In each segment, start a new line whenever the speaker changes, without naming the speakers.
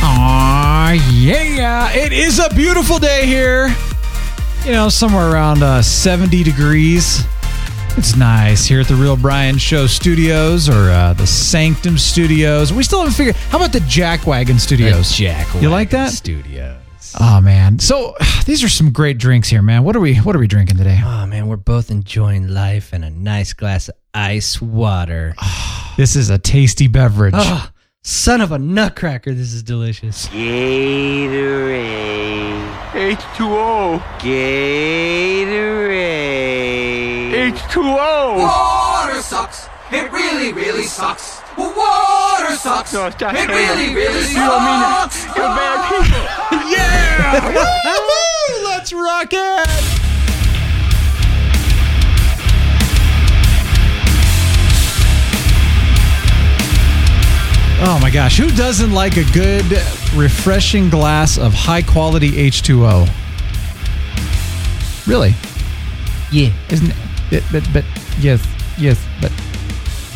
Aw, yeah. It is a beautiful day here. You know, somewhere around uh, 70 degrees. It's nice here at the Real Brian Show Studios or uh, the Sanctum Studios. We still haven't figured. How about the Jack Wagon Studios?
Jack.
You like that?
Studios.
Oh man. So these are some great drinks here, man. What are we what are we drinking today?
Oh man, we're both enjoying life and a nice glass of ice water.
This is a tasty beverage.
Ah, son of a nutcracker, this is delicious.
Gatorade. H2O. Gatorade. H2O. Water sucks. It really, really sucks. Water sucks. it really, really sucks. You don't mean it. You're bad people.
Woo-hoo! Let's rock it. Oh my gosh, who doesn't like a good, refreshing glass of high quality H2O? Really?
Yeah.
Isn't it? But, but, yes, yes, but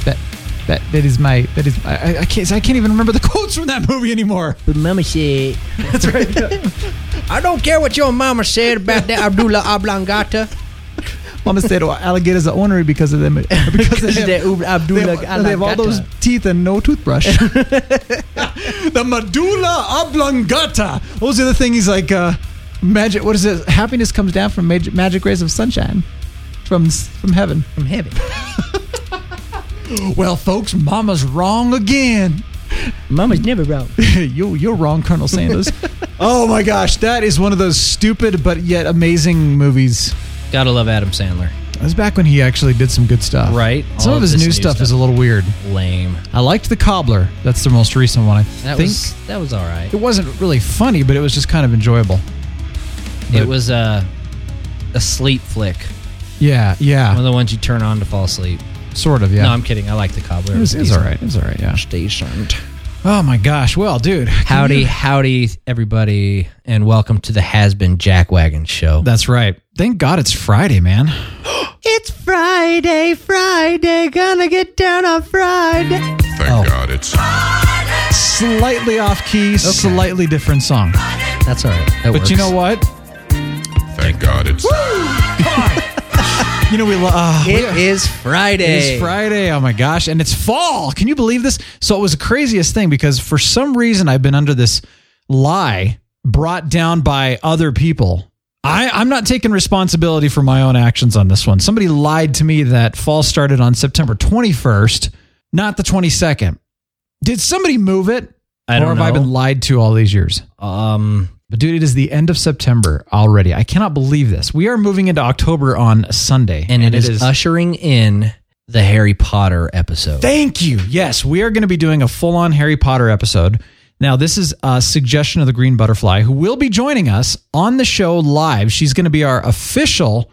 that that that is my that is I, I- I can't I can't even remember the quotes from that movie anymore.
But mama said. That's right. I don't care what your mama said about that Abdullah Oblongata.
Mama said, "Oh, alligators are ornery because of them because of
Is
him."
that Ub-
They
Abdullah
have, they have all those teeth and no toothbrush. the medulla oblongata. What was the other thing? He's like, uh, magic. What is it? Happiness comes down from magic, magic rays of sunshine from s- from heaven.
from heaven.
Well, folks, Mama's wrong again.
Mama's never wrong.
you you're wrong, Colonel Sanders. oh my gosh, that is one of those stupid but yet amazing movies.
Gotta love Adam Sandler.
That was back when he actually did some good stuff.
Right.
Some
All
of
of
his
this
new
new
stuff,
stuff.
is a little weird.
Lame.
I liked The Cobbler. That's the most recent one. I
That
think
was that was all right.
it wasn't really funny, but it was just kind of enjoyable.
It was a a sleep flick.
Yeah,
One
yeah,
of the ones you turn on to fall asleep.
sort of. Yeah,
No, I'm kidding. I like the cobbler.
it was, it was all
decent.
right. It was all right. Yeah.
Stationed.
Oh my gosh. Well, dude. can
Howdy,
you-
howdy, everybody, and welcome to the Has Been Jack Wagon Show.
That's right. Thank God it's Friday, man.
It's Friday, Friday, gonna get down on Friday.
Oh.
Thank God it's
Slightly off key, slightly different song.
That's all right. That
But
works.
you know what?
thank God it's
You know we love. Uh, we-
It is Friday.
It is Friday. Oh my gosh. And it's fall. Can you believe this? So it was the craziest thing because for some reason I've been under this lie brought down by other people. I, I'm not taking responsibility for my own actions on this one. Somebody lied to me that fall started on September 21st, not the 22nd. Did somebody move it?
I don't
or have I
know.
been lied to all these years?
Um,
But dude, it is the end of September already. I cannot believe this. We are moving into October on Sunday.
and, it is, ushering in the Harry Potter episode.
Thank you. Yes, we are going to be doing a full on Harry Potter episode. Now, this is a suggestion of the Green Butterfly, who will be joining us on the show live. She's going to be our official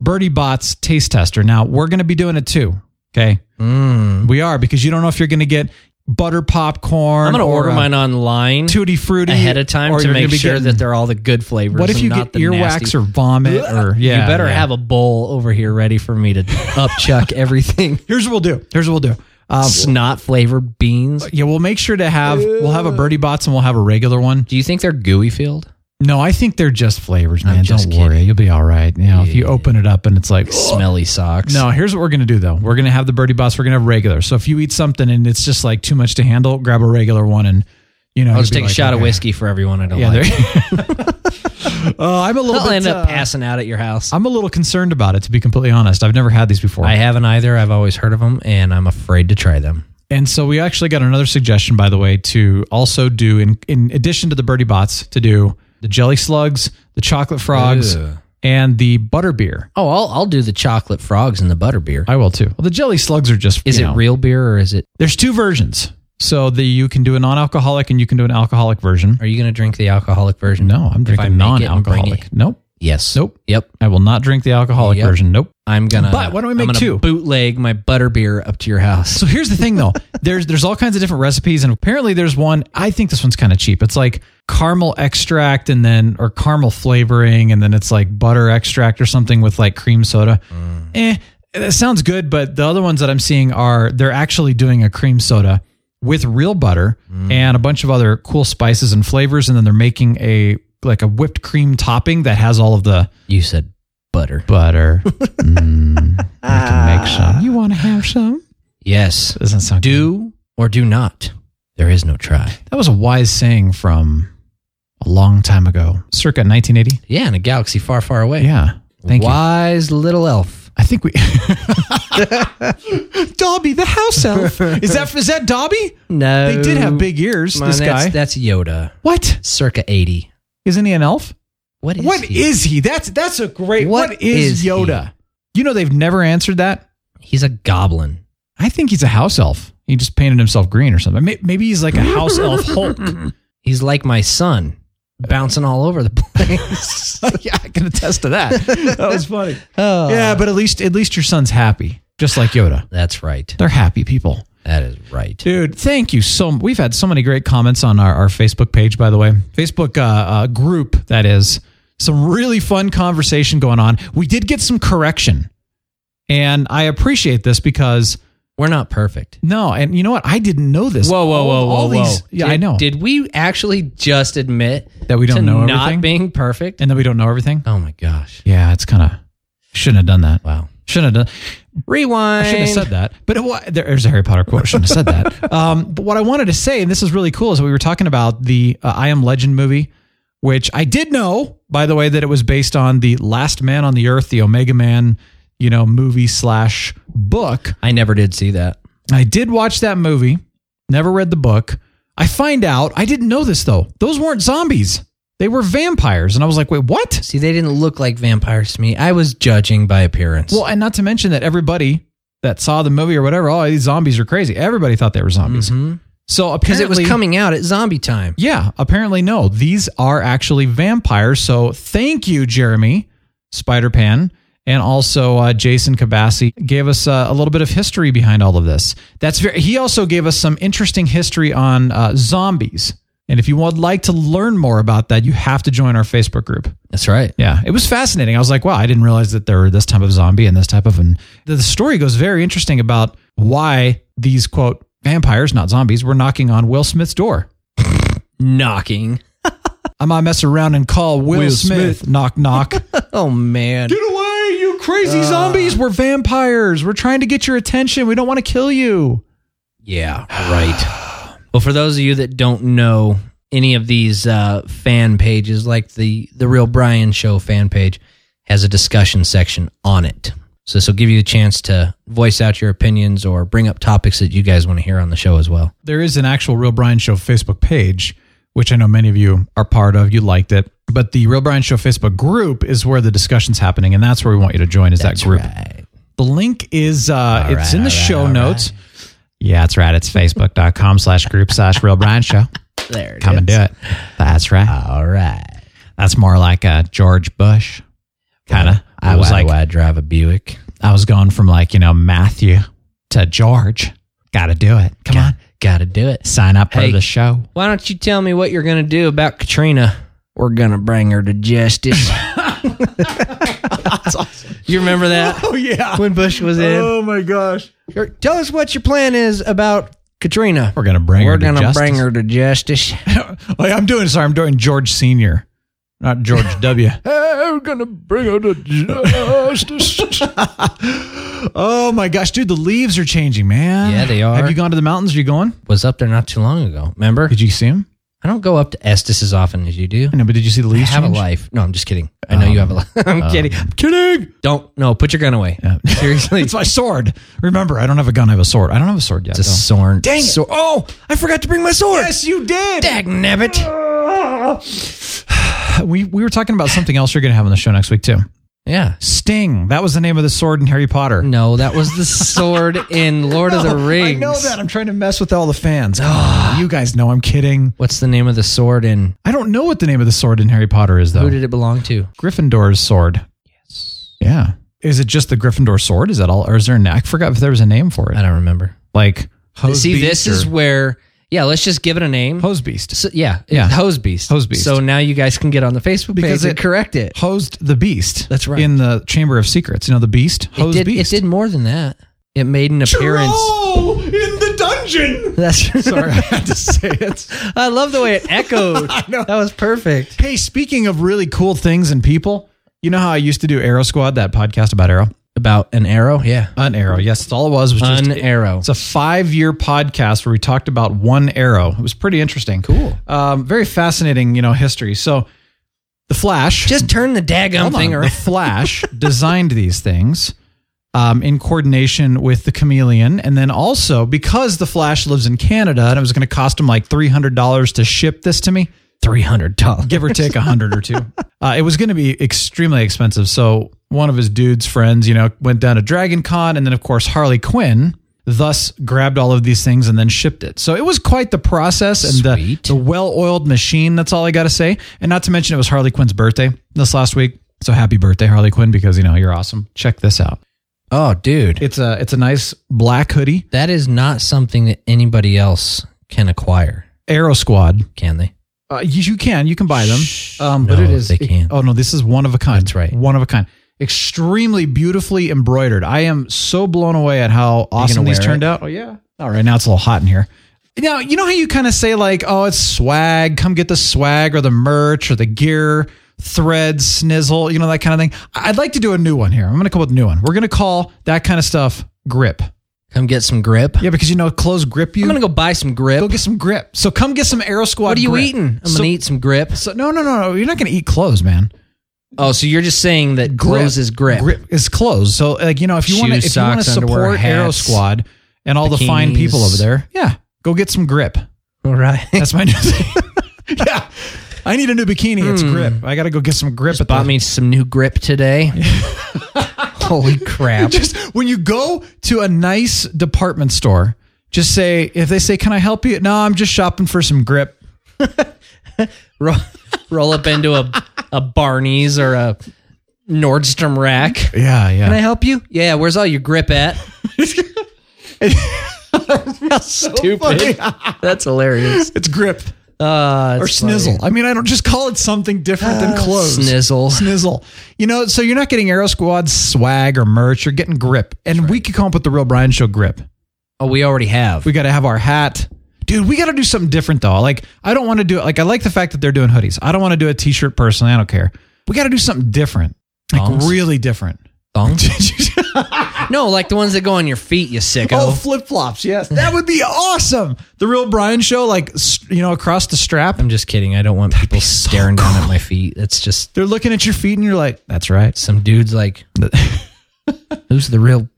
Birdie Bots taste tester. Now, we're going to be doing it too. Okay. We are because you don't know if you're going to get butter popcorn.
I'm gonna
or
order
a
mine online
Tutti Frutti
ahead of time
or
to
you're gonna
make
be
sure
getting-
that they're all the good flavors.
What if
and
you
not
get
the
earwax
nasty-
or vomit or yeah?
you better
yeah.
have a bowl over here ready for me to upchuck everything.
Here's what we'll do. Here's what we'll do. Um,
Snot flavored beans.
yeah, we'll make sure to have we'll have a birdie bots and we'll have a regular one.
Do you think they're gooey filled?
No, I think they're just flavors, man.
just
Don't worry,
kidding.
you'll be all right. You know, if you open it up and it's like
Smelly socks.
No, here's what we're gonna do though. We're gonna have the birdie bots. We're gonna have regular. So if you eat something and it's just like too much to handle, grab a regular one and you know.
I'll
you'll
just
be
take
like,
a shot of
okay.
whiskey for everyone I don't
Yeah, there.
like.
oh, I'm a little.
I'll
bit,
end
uh,
up passing out at your house.
I'm a little concerned about it to be completely honest. I've never had these before.
I haven't either. I've always heard of them, and I'm afraid to try them.
And so we actually got another suggestion, by the way, to also do in in addition to the birdie bots to do the jelly slugs, the chocolate frogs,
Ugh.
and the butter beer.
Oh, I'll I'll do the chocolate frogs and the butter beer.
I will too. Well, the jelly slugs are just
Is
you
it
know,
real beer or is it?
There's two versions. So the you can do a non-alcoholic and you can do an alcoholic version.
Are you going to drink the alcoholic version?
No, I'm
If I
drinking
make it and bring
non-alcoholic.
it-
Nope.
Yes.
Nope.
Yep.
I will not drink the alcoholic
Yep.
version. Nope.
I'm gonna.
But why don't we
I'm
make
gonna
two?
Bootleg my butter beer up to your house.
So here's the thing though. there's there's all kinds of different recipes and apparently there's one I think this one's kind of cheap. It's like caramel extract and then or caramel flavoring and then it's like butter extract or something with like cream soda. Eh, that sounds good, but the other ones that I'm seeing are they're actually doing a cream soda with real butter and a bunch of other cool spices and flavors and then they're making a like a whipped cream topping that has all of the
You said butter.
butter. Mm, we can make some. You want to have some?
Yes.
Ah. Doesn't sound good.
Do or do not. There is no try.
That was a wise saying from a long time ago, circa 1980.
Yeah, in a galaxy far, far away.
Yeah. Thank you.
Wise little elf.
I think we. Dobby, the house elf. Is that is that Dobby?
No,
They did have big ears.
Man,
this
that's,
guy.
That's Yoda,
what?
circa eighty.
Isn't he an elf?
What is?
What is
he?
he? That's that's a great.
What
what is,
is he?
Yoda? You know they've never answered that.
He's a goblin.
I think he's a house elf. He just painted himself green or something. May- Maybe he's like a house elf Hulk.
He's like my son, bouncing all over the place.
yeah, I can attest to that. That was funny.
oh,
Yeah, but at least at least your son's happy, just like Yoda.
that's right.
They're happy people.
That is right.
Dude, thank you so We've had so many great comments on our, our Facebook page, by the way. Facebook uh, uh, group, that is. Some really fun conversation going on. We did get some correction. And I appreciate this because,
We're not perfect.
no, and you know what? I didn't know this.
Whoa, whoa,
All-
whoa, whoa,
all
whoa!
these- Yeah,
Did-
I know.
Did we actually just admit
That we don't
to
know
not
everything?
being perfect?
and then we don't know everything?
Oh my gosh!
Yeah, it's kind of, shouldn't have done that.
Wow.
Shouldn't have done
Rewind.
I shouldn't have said that. But it, wa- there- there's a Harry Potter quote. I shouldn't have said that. Um, but what I wanted to say, and this is really cool, is we were talking about the uh, I Am Legend movie, which I did know, by the way, that it was based on the Last Man on the Earth, the Omega Man, you know, movie slash book.
I never did see that.
I did watch that movie, never read the book. I find out, I didn't know this though. Those weren't zombies. They were vampires. And I was like, wait, what?
See, they didn't look like vampires to me. I was judging by appearance.
Well, and not to mention that everybody that saw the movie or whatever, oh, these zombies are crazy. Everybody thought they were zombies. So
Mm-hmm. because
apparently,
it was coming out at zombie time.
Yeah, apparently no. These are actually vampires. So thank you, Jeremy Spider Pan, and also uh, Jason Kabassi gave us uh, a little bit of history behind all of this. That's very. He also gave us some interesting history on uh, zombies. And if you would like to learn more about that, you have to join our Facebook group.
That's right.
Yeah, it was fascinating. I was like, wow, I didn't realize that there were this type of zombie and this type of. And the, the story goes very interesting about why these quote vampires, not zombies, were knocking on Will Smith's door.
Knocking.
I might mess around and call Will,
Will
Smith. Knock knock. Uh, Get
Oh man.
away, you crazy zombies! We're vampires. We're trying to get your attention. We don't want to kill you.
Yeah. Right. well, for those of you that don't know any of these uh, fan pages, like the the Real Brian Show fan page, has a discussion section on it. So this will give you a chance to voice out your opinions or bring up topics that you guys want to hear on the show as well.
There is an actual Real Brian Show Facebook page, which I know many of you are part of. You liked it. But the Real Brian Show Facebook group is where the discussion's happening, and that's where we want you to join. Is that group? The link is uh, it's in the show notes. Yeah, that's right. It's facebook.com slash group slash real Brian show.
There.
Come and do it. That's right.
All right.
That's more like a George Bush kind of. I was like,
I drive a Buick.
I was going from like, you know, Matthew to George. Got to do it. Come on.
Got to do it.
Sign up
Hey.
for the show.
Why don't you tell me what you're going to do about Katrina? We're going to bring her to justice. You remember that? Oh, yeah. When Bush was in. Oh, my gosh. Tell us what your plan is about Katrina.
We're going to bring
We're
her to
gonna
justice.
bring her to justice.
Wait, I'm doing, sorry, I'm doing George Sr., not George W.
I'm going to bring her to justice.
Oh my gosh, dude, the leaves are changing, man.
Yeah, they are.
Have you gone to the mountains? Are you going?
was up there not too long ago. Remember?
Did you see them?
I don't go up to Estes as often as you do.
I know, but did you see the
I
leaves
have a
change?
life. No, I'm just kidding. I know you have a life. I'm kidding. I'm kidding. Don't. No, put your gun away. Seriously.
It's my sword. Remember, I don't have a gun. I have a sword. I don't have a sword yet.
It's a
though.
sword.
Dang it.
Sword. Oh, I forgot to bring my sword.
Yes, you did.
Dag nabbit.
We we were talking about something else you're going to have on the show next week too.
Yeah.
Sting. That was the name of the sword in Harry Potter. Oh,
No, that was the sword in Lord of the Rings.
I know that. I'm trying to mess with all the fans. Come on, you guys know I'm kidding.
What's the name of the sword in?
I don't know what the name of the sword in Harry Potter is though.
Who did it belong to?
Gryffindor's sword. Yes. Yeah. Is it just the Gryffindor sword? Is that all? Or is there a name? I forgot if there was a name for
I
it.
don't remember.
Like hose
See,
beast
this is
or-
where. Yeah, let's just give it a name.
hose beast.
So, yeah, yeah,
Yeah.
hose beast.
Hose beast.
So now you guys can get on the Facebook
Because
page
it-
and correct it.
Hosed the beast.
That's right.
In the Chamber of Secrets. You know the beast.
It
Hosed
did, it
beast.
did more than that. It made an appearance.
in the dungeon.
That's
Sorry, I had to say it.
I love the way it echoed. That was perfect.
Hey, speaking of really cool things and people, you know how I used to do Arrow Squad, that podcast about Arrow?
About an arrow, yeah.
An Arrow. Yes, it's all it was was just
An arrow.
It's a five year podcast where we talked about one arrow. It was pretty interesting.
Cool.
Um, very fascinating, you know, history. So the Flash.
Just turn the daggum
Hold on.
thing
The
around.
Flash designed these things um, in coordination with the Chameleon, and then also because the Flash lives in Canada, and it was going to cost him like three hundred dollars to ship this to me,
Three hundred dollars.
give or take a hundred or two. Uh, it was going to be extremely expensive. So one of his dude's friends, you know, went down to Dragon Con, and then of course Harley Quinn. Thus, grabbed all of these things and then shipped it. So it was quite the process and the,
Sweet.
the well oiled machine. That's all I got to say. And not to mention, it was Harley Quinn's birthday this last week. So happy birthday, Harley Quinn, because you know you're awesome. Check this out.
Oh, dude,
It's a it's a nice black hoodie.
that is not something that anybody else can acquire,
Aero Squad.
can they?
Uh, you, you can you can buy them, um, but
No,
it is
they can't.
oh no, this is one of a kind.
That's right.
one of a kind. Extremely beautifully embroidered. I am so blown away at how awesome these
wear
turned out. Oh yeah. All right, now it's a little hot in here. Now you know how you kind of say like, oh, it's swag. Come get the swag or the merch or the gear, threads, snizzle. You know that kind of thing. I- I'd like to do a new one here. I'm going to come up with a new one. We're going to call that kind of stuff grip.
Come get some grip.
Yeah, because you know clothes grip you.
I'm gonna go buy some grip.
Go get some grip. So come get some Aero Squad.
what are you
grip.
eating? I'm
So-
gonna eat some grip.
So no, no, no, no. You're not going to eat clothes, man.
Oh, so you're just saying that clothes is grip.
is clothes. So like you know, if you want to,
Shoes,
if you want to
socks, underwear,
support Aero
hats,
Squad and all the fine
bikinis.
people over there, yeah, go get some grip.
All right.
That's my new thing. yeah, I need a new bikini. It's grip. I got to go get some grip.
Hmm. Just bought
the-
me some new grip today. Holy crap!
Just when you go to a nice department store, just say if they say, "Can I help you?" No, I'm just shopping for some grip.
roll, roll up into a a Barney's or a Nordstrom rack. Can
Yeah, yeah.
I help you? Yeah. Where's all your grip at? That's stupid. That's hilarious.
it's grip
Uh,
or snizzle. I mean, I don't just call it something different than clothes.
Ah, Snizzle.
Snizzle. You know, so you're not getting Aero Squad swag or merch. You're getting grip. And we could come up with the Real Brian Show grip.
Oh, we already have.
We got to have our hat. Dude, we got to do something different, though. Like, I don't want to do it. Like, I like the fact that they're doing hoodies. I don't want to do a t shirt personally. I don't care. We got to do something different. Like,
Thongs?
really different.
Thongs? no, like the ones that go on your feet, you
oh,
sicko.
flip flops. Yes. That would be awesome. The Real Brian Show, like, s- you know, across the strap.
I'm just kidding. I don't want people staring down at my feet. That's just
They're looking at your feet and you're like, that's right.
some dudes like, who's the real?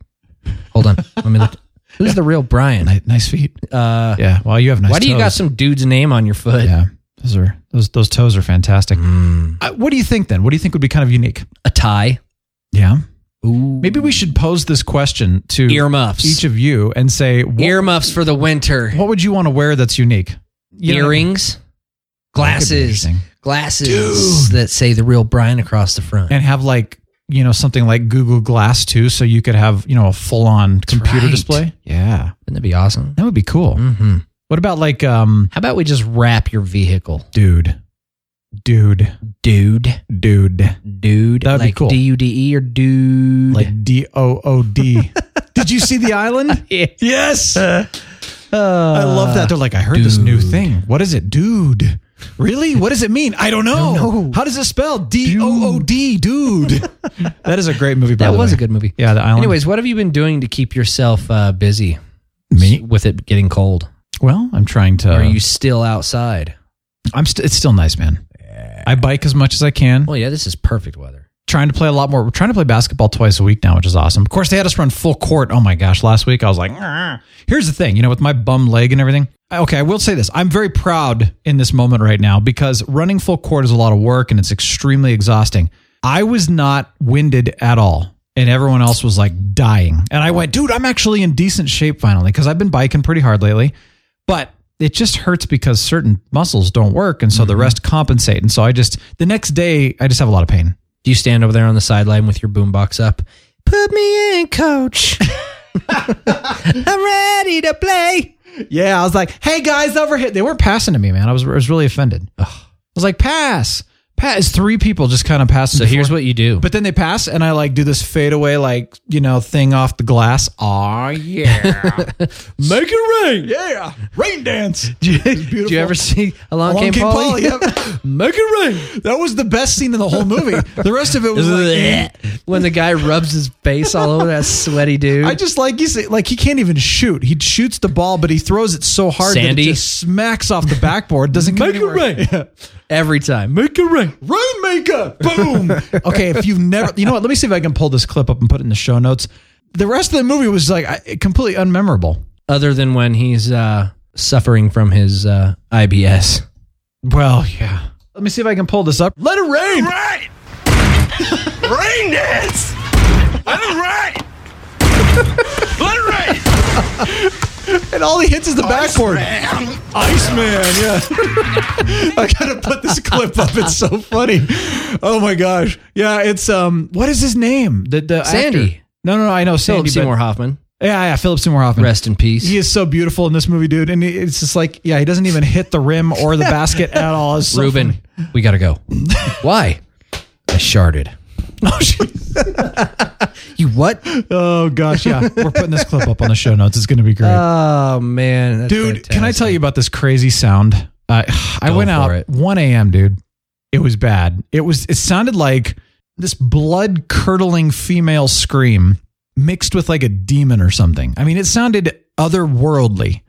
Hold on, let me look. Who's the real Brian?
Ni- Nice feet.
Uh,
Yeah. Well, you have nice
why do you got
toes.
some dude's name on your foot?
Yeah, those are those those toes are fantastic. Uh, what do you think then? What do you think would be kind of unique?
A tie,
Yeah,
Ooh.
maybe we should pose this question to
Earmuffs.
each of you and say what,
earmuffs for the winter,
what would you want to wear that's unique? You know what I mean?
earrings,
That could be
glasses,
interesting.
glasses that say the real Brian across the front.
and have like you know something like Google Glass too, so you could have you know a full on computer
right.
display. Yeah,
Wouldn't that be awesome?
that would be cool.
Mm-hmm.
What about like um,
How about we just wrap your vehicle,
dude, dude,
dude?
dude,
Dude,
That'd be
like
cool.
D U D E or dude?
like D O O D. Did you see the island? Uh,
yes.
I love that. They're like, I heard this new thing. What is it, dude? Really? What does it mean? I don't know. How does it spell? D O O D, dude. that is a great movie. By
that
the
was
way.
a good movie.
Yeah, the island.
Anyways, what have you been doing to keep yourself uh, busy
me. Uh.
with it getting cold?
Well, I'm trying to.
Are you still outside?
I'm. St- it's still nice, man. I bike as much as I can.
Well, yeah, this is perfect weather.
Trying to play a lot more. We're trying to play basketball twice a week now, which is awesome. Of course, they had us run full court. Oh my gosh, last week I was like, "Argh." here's the thing, you know, with my bum leg and everything. I- Okay, I will say this. I'm very proud in this moment right now because running full court is a lot of work and it's extremely exhausting. I was not winded at all. And everyone else was like dying. And I went, dude, I'm actually in decent shape finally because I've been biking pretty hard lately. But it just hurts because certain muscles don't work. And so the rest compensate. And so I just, the next day, I just have a lot of pain.
Do you stand over there on the sideline with your boombox up? Put me in, coach. I'm ready to play.
Yeah, I was like, "Hey guys, over here!" They weren't passing to me, man. I was, I was really offended. I was like, "Pass, pass." Three people just kind of passing.
So here's what you do.
But then they pass, and I like do this fade away, like you know, thing off the glass. Oh yeah,
make it rain.
yeah, rain dance.
Do you ever see Along,
Along
Came,
Came
Polly?
Polly, yep.
Make it rain.
That was the best scene in the whole movie. The rest of it was like, eh.
when the guy rubs his face all over that sweaty dude.
I just like you say, like he can't even shoot. He shoots the ball, but he throws it so hard that
Sandy.
it just smacks off the backboard. Doesn't come
Make it
anywhere.
rain. Every time. Make it rain.
Rainmaker. Boom. okay, if you've never, you know what? Let me see if I can pull this clip up and put it in the show notes. The rest of the movie was like I- completely unmemorable.
Other than when he's uh, suffering from his uh, IBS.
Well, yeah. Let me see if I can pull this up. Let it rain.
Right! Rain dance! Let it rain! Let it rain!
And all he hits is the backboard. Iceman, yeah. I gotta put this clip up. It's so funny. Oh my gosh. Yeah, it's um. What is his name? The the
Sandy.
actor. No, no, no. I know Sandy.
Philip
but-
Seymour Hoffman.
Yeah, yeah. Philip Seymour Hoffman.
Rest in peace.
He is so beautiful in this movie, dude. And he- it's just like, yeah, he doesn't even hit the rim or the basket at all. It's so
Ruben, we gotta go. Why? I sharded.
funny. Oh, shit.
You what?
oh gosh, yeah. We're putting this clip up on the show notes. It's going to be great,
Oh man, that's
dude. Can I
fantastic.
tell you about this crazy sound? Uh, I
Go
went
for
out
it.
1 a.m., dude. It was bad. It was. It sounded like this blood curdling female scream mixed with like a demon or something. I mean, it sounded otherworldly.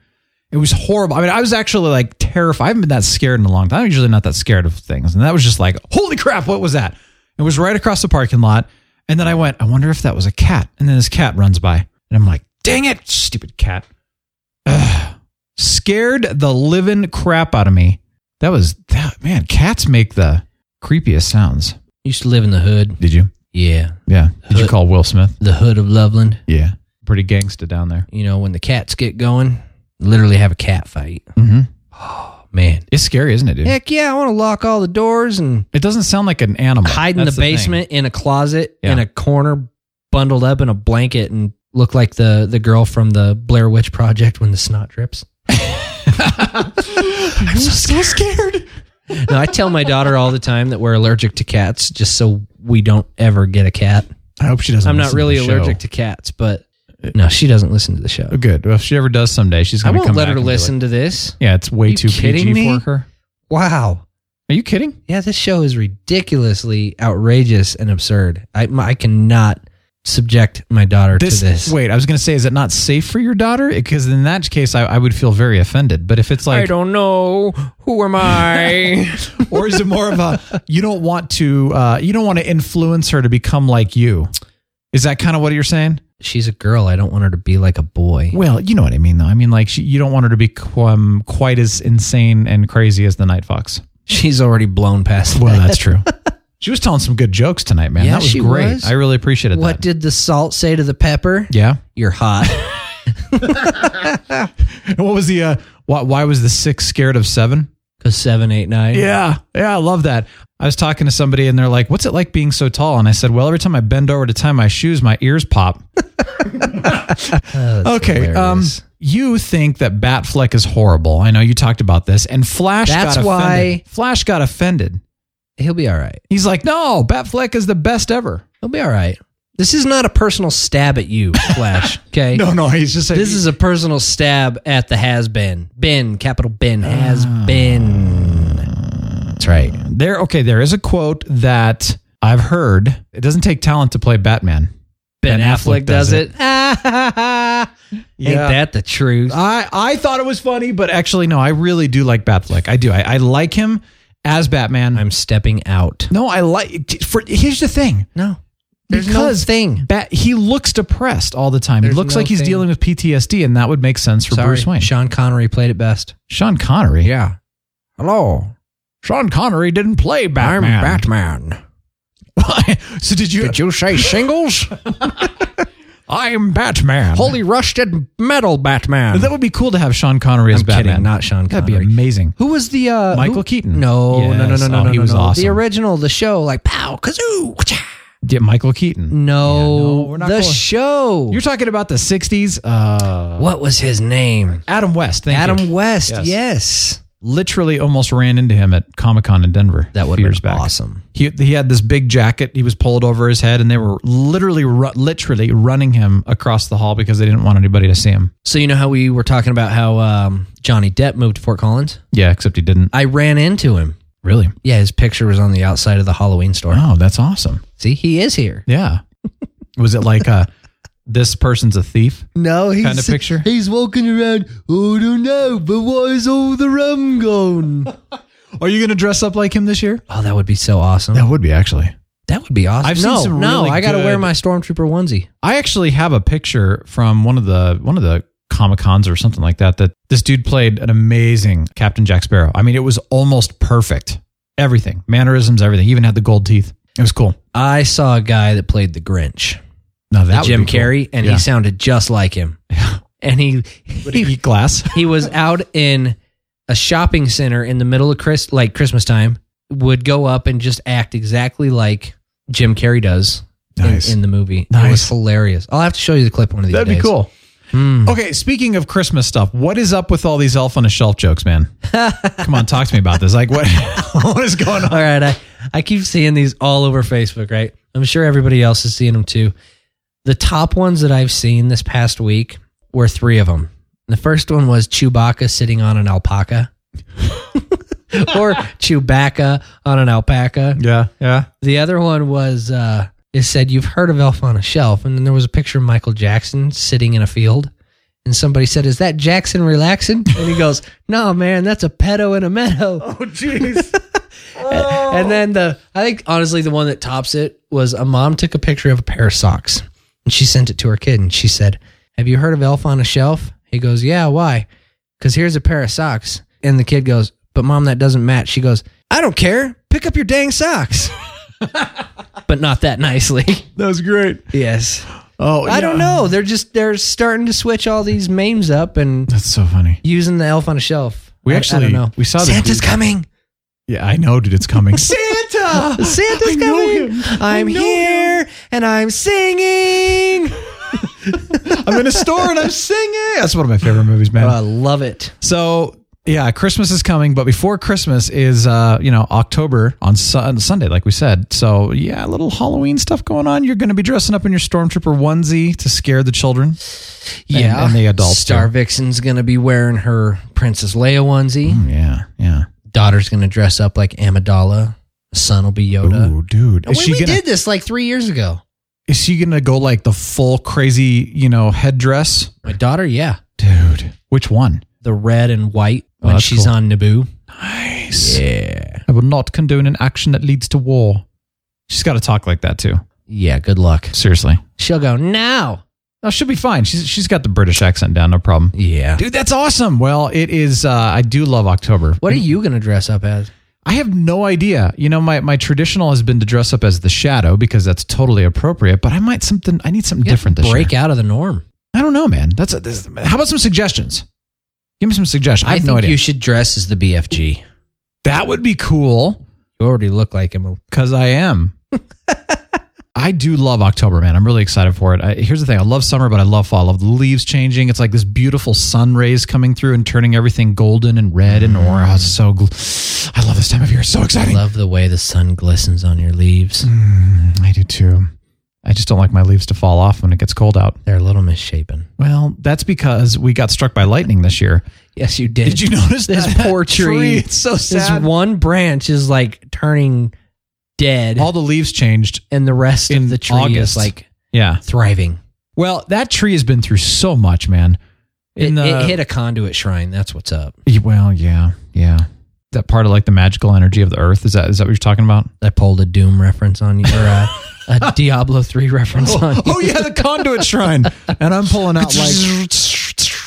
It was horrible. I mean, I was actually like terrified. I haven't been that scared in a long time. I'm usually not that scared of things. And that was just like, holy crap, what was that? It was right across the parking lot. And then I went, I wonder if that was a cat. And then this cat runs by. And I'm like, dang it, stupid cat. Ugh. Scared the living crap out of me. That was, that, man, cats make the creepiest sounds.
Used to live in the hood.
Did you?
Yeah,
Yeah. Did you call Will Smith?
the hood of Loveland.
Yeah. Pretty gangsta down there.
You know when the cats get going, literally have a cat fight.
Mhm.
Oh man,
It's scary, isn't it, dude?
heck yeah! I want to lock all the doors and
It doesn't sound like an animal.
hide in the
That's thing.
basement in a closet in
Yeah.
a corner, bundled up in a blanket and look like the the girl from the Blair Witch Project when the snot drips.
I'm so scared.
No, I tell my daughter all the time that we're allergic to cats, just so we don't ever get a cat.
I hope she doesn't.
I'm not
listen to
really
the show.
allergic to cats, but no, she doesn't listen to the show.
Oh, Good. Well, if she ever does someday, she's
I
gonna
won't
come
let
back
her
and be
listen to this.
like, yeah, it's way
You
too
kidding
PG
me?
for her.
Wow.
Are you kidding?
Yeah, this show is ridiculously outrageous and absurd. I my, I cannot subject my daughter to this.
Wait, I was gonna say, is it not safe for your daughter? Because in that case, I, I would feel very offended. But if it's like,
don't know. Who am I?
or is it more of a you don't want to uh, you don't want to influence her to become like you? Is that kind of what you're saying?
She's a girl. I don't want her to be like a boy.
Well, you know what I mean, though. I mean, like, she, you don't want her to become quite as insane and crazy as the Night Fox.
She's already blown past.
Well,
that.
that's true. she was telling some good jokes tonight, man.
Yeah,
that was
she
great.
was.
I really appreciated
What
that.
did the salt say to the pepper?
yeah.
You're hot.
And what was the uh why, why was the six scared of seven?
Cause seven, eight, nine.
Yeah. Yeah, I love that. I was talking to somebody and they're like, What's it like being so tall? And I said, Well, every time I bend over to tie my shoes, my ears pop. okay. Um
Oh, hilarious.
you think that Batfleck is horrible. I know you talked about this. And Flash
That's
got offended.
why-
Flash got offended.
He'll be all right.
He's like, No, Batfleck is the best ever.
He'll be all right. This is not a personal stab at you, Flash. Okay.
no, he's just
This is a personal stab at the has been. Ben, capital Ben, has
Ah.
been.
That's right. There okay, there is a quote that I've heard. It doesn't take talent to play Batman.
Ben,
Ben
Affleck,
Affleck
does
does
it. Ah, Ain't
Yeah. Ah.
that the truth?
I I thought it was funny, but actually no, I really do like Batfleck. I do. I, I like him as Batman.
I'm stepping out.
no, I like for here's the thing.
No. There's no thing.
Bat, he looks depressed all the time.
There's
he looks
no
like he's
thing.
dealing with PTSD, and that would make sense for
Sorry.
Bruce Wayne.
Sean Connery played it best.
Sean Connery.
Yeah. Hello.
Sean Connery didn't play Batman.
Batman.
so did you?
Did you say shingles?
I'm Batman.
Holy rusted metal, Batman.
That would be cool to have Sean Connery as
I'm
Batman.
kidding, not Sean
That'd
Connery.
be amazing.
Who was the uh,
Michael
who-
Keaton.
No, no, no,
Yes.
no, no,
Oh,
no.
he
no,
was
no.
awesome.
The original, the show, like pow, kazoo. wha-cha.
Yeah, Michael Keaton.
No,
no, we're not
the
going-
show.
You're talking about the '60s. Uh,
what was his name?
Adam West. Thank
Adam
you.
West.
Yes.
Yes.
Literally, almost ran into him at Comic Con in Denver.
That
a
would've
few years
been
back.
awesome.
He he had this big jacket. He was pulled over his head, and they were literally ru- literally running him across the hall because they didn't want anybody to see him.
So you know how we were talking about how um, Johnny Depp moved to Fort Collins?
Yeah, except he didn't.
I ran into him.
Really?
Yeah, his picture was on the outside of the Halloween store.
Oh, that's awesome.
See, he is here.
Yeah. Was it like uh, this person's a thief?
No, he's
Kinda picture?
He's walking around. Oh, I don't know, but why is all the rum gone?
Are you going to dress up like him this year?
oh, that would be so awesome.
That would be actually.
That would be awesome.
I've seen
no,
some
no,
really
I gotta
good-
wear my stormtrooper onesie.
I actually have a picture from one of the one of the Comic Cons or something like that that this dude played an amazing Captain Jack Sparrow. I mean, it was almost perfect. Everything, mannerisms, everything. He even had the gold teeth. It was cool.
I saw a guy that played the Grinch,
No, that would
Jim
be cool.
Carrey, and
Yeah.
he sounded just like him. And he
Would he eat glass.
he was out in a shopping center in the middle of Chris like Christmas time, would go up and just act exactly like Jim Carrey does in-
Nice.
in, the movie. It
Nice.
was hilarious. I'll have to show you the clip one of these
That'd be
days. Hmm.
cool. Okay, speaking of Christmas stuff, what is up with all these elf on a shelf jokes, man? Come on, talk to me about this. Like, what what is going on?
All right, I, I keep seeing these all over Facebook, right? I'm sure everybody else is seeing them too. The top ones that I've seen this past week were three of them. The first one was Chewbacca sitting on an alpaca. or Chewbacca on an alpaca.
Yeah, yeah.
The other one was uh, it said you've heard of Elf on a Shelf, and then there was a picture of Michael Jackson sitting in a field, and somebody said, "Is that Jackson relaxing?" And he goes, "No, man, that's a pedo in a meadow." Oh, jeez. and then the I think honestly the one that tops it was a mom took a picture of a pair of socks, and she sent it to her kid, and she said, "Have you heard of Elf on a Shelf?" He goes, "Yeah, why?" Because here's a pair of socks, and the kid goes, "But mom, that doesn't match." She goes, "I don't care. Pick up your dang socks." but not that nicely.
That was great.
yes.
Oh,
I don't know. They're just they're starting to switch all these memes up and
That's so funny.
using the elf on a shelf.
We
I- I
actually-
don't know.
we saw this
Santa's
dude-
coming.
Yeah, I know, dude. It's coming.
Santa. Santa's coming. I'm here and I'm singing.
I'm in a store and I'm singing. That's one of my favorite movies, man.
Oh, I love it.
So yeah, Christmas is coming, but before Christmas is uh, you know October on Sun Sunday, like we said. So yeah, a little Halloween stuff going on. You're going to be dressing up in your stormtrooper onesie to scare the children.
Yeah,
and the adults,
Star
too.
Vixen's gonna be wearing her Princess Leia onesie.
Yeah, yeah.
Daughter's gonna dress up like Amidala. Son will be Yoda.
Ooh, dude, is
uh, we
she
we
gonna
did this like three years ago.
is she gonna go like the full crazy you know headdress,
My daughter, yeah,
dude? Which one?
the red and white
Oh,
when
that's
she's
cool.
on Naboo.
Nice.
Yeah.
I will not condone an action that leads to war. She's got to talk like that too.
Yeah, good luck.
Seriously.
She'll go now.
No, she'll be fine. She's she's got the British accent down, no problem.
Yeah.
Dude, that's awesome. Well, it is. Uh, I do love October.
What are you going to dress up as?
I have no idea. You know, my, my traditional has been to dress up as the shadow because that's totally appropriate. But I might something. I need something different this
Break
year.
out of the norm.
I don't know, man. That's a, this, how about some suggestions? Give me some suggestions. I have
think
no idea.
you should dress as the BFG.
that would be cool
You already look like him.
because I am. I do love October, man. I'm really excited for it. I, here's the thing: I love summer, but I love fall. I love the leaves changing. It's like this beautiful sun rays coming through and turning everything golden and red and orange. Oh, it's so, gl- I love this time of year. It's so
I
exciting.
love the way the sun glistens on your leaves.
Mm. I do too. I just don't like my leaves to fall off when it gets cold out.
They're a little misshapen.
Well, that's because we got struck by lightning this year.
Yes, you did.
Did you notice
this
that?
poor
That
tree?
tree, it's so sad.
This one branch is like turning dead,
All the leaves changed.
and the rest
in
of the tree
August.
is like
Yeah.
thriving.
Well, that tree has been through so much, man.
It,
In the,
it hit a conduit shrine. That's what's up.
Well, yeah, yeah. That part of like the magical energy of the earth is that is that what you're talking about?
I pulled a Doom reference on you, or a, a Diablo three reference on you.
oh yeah, the conduit shrine. And I'm pulling out like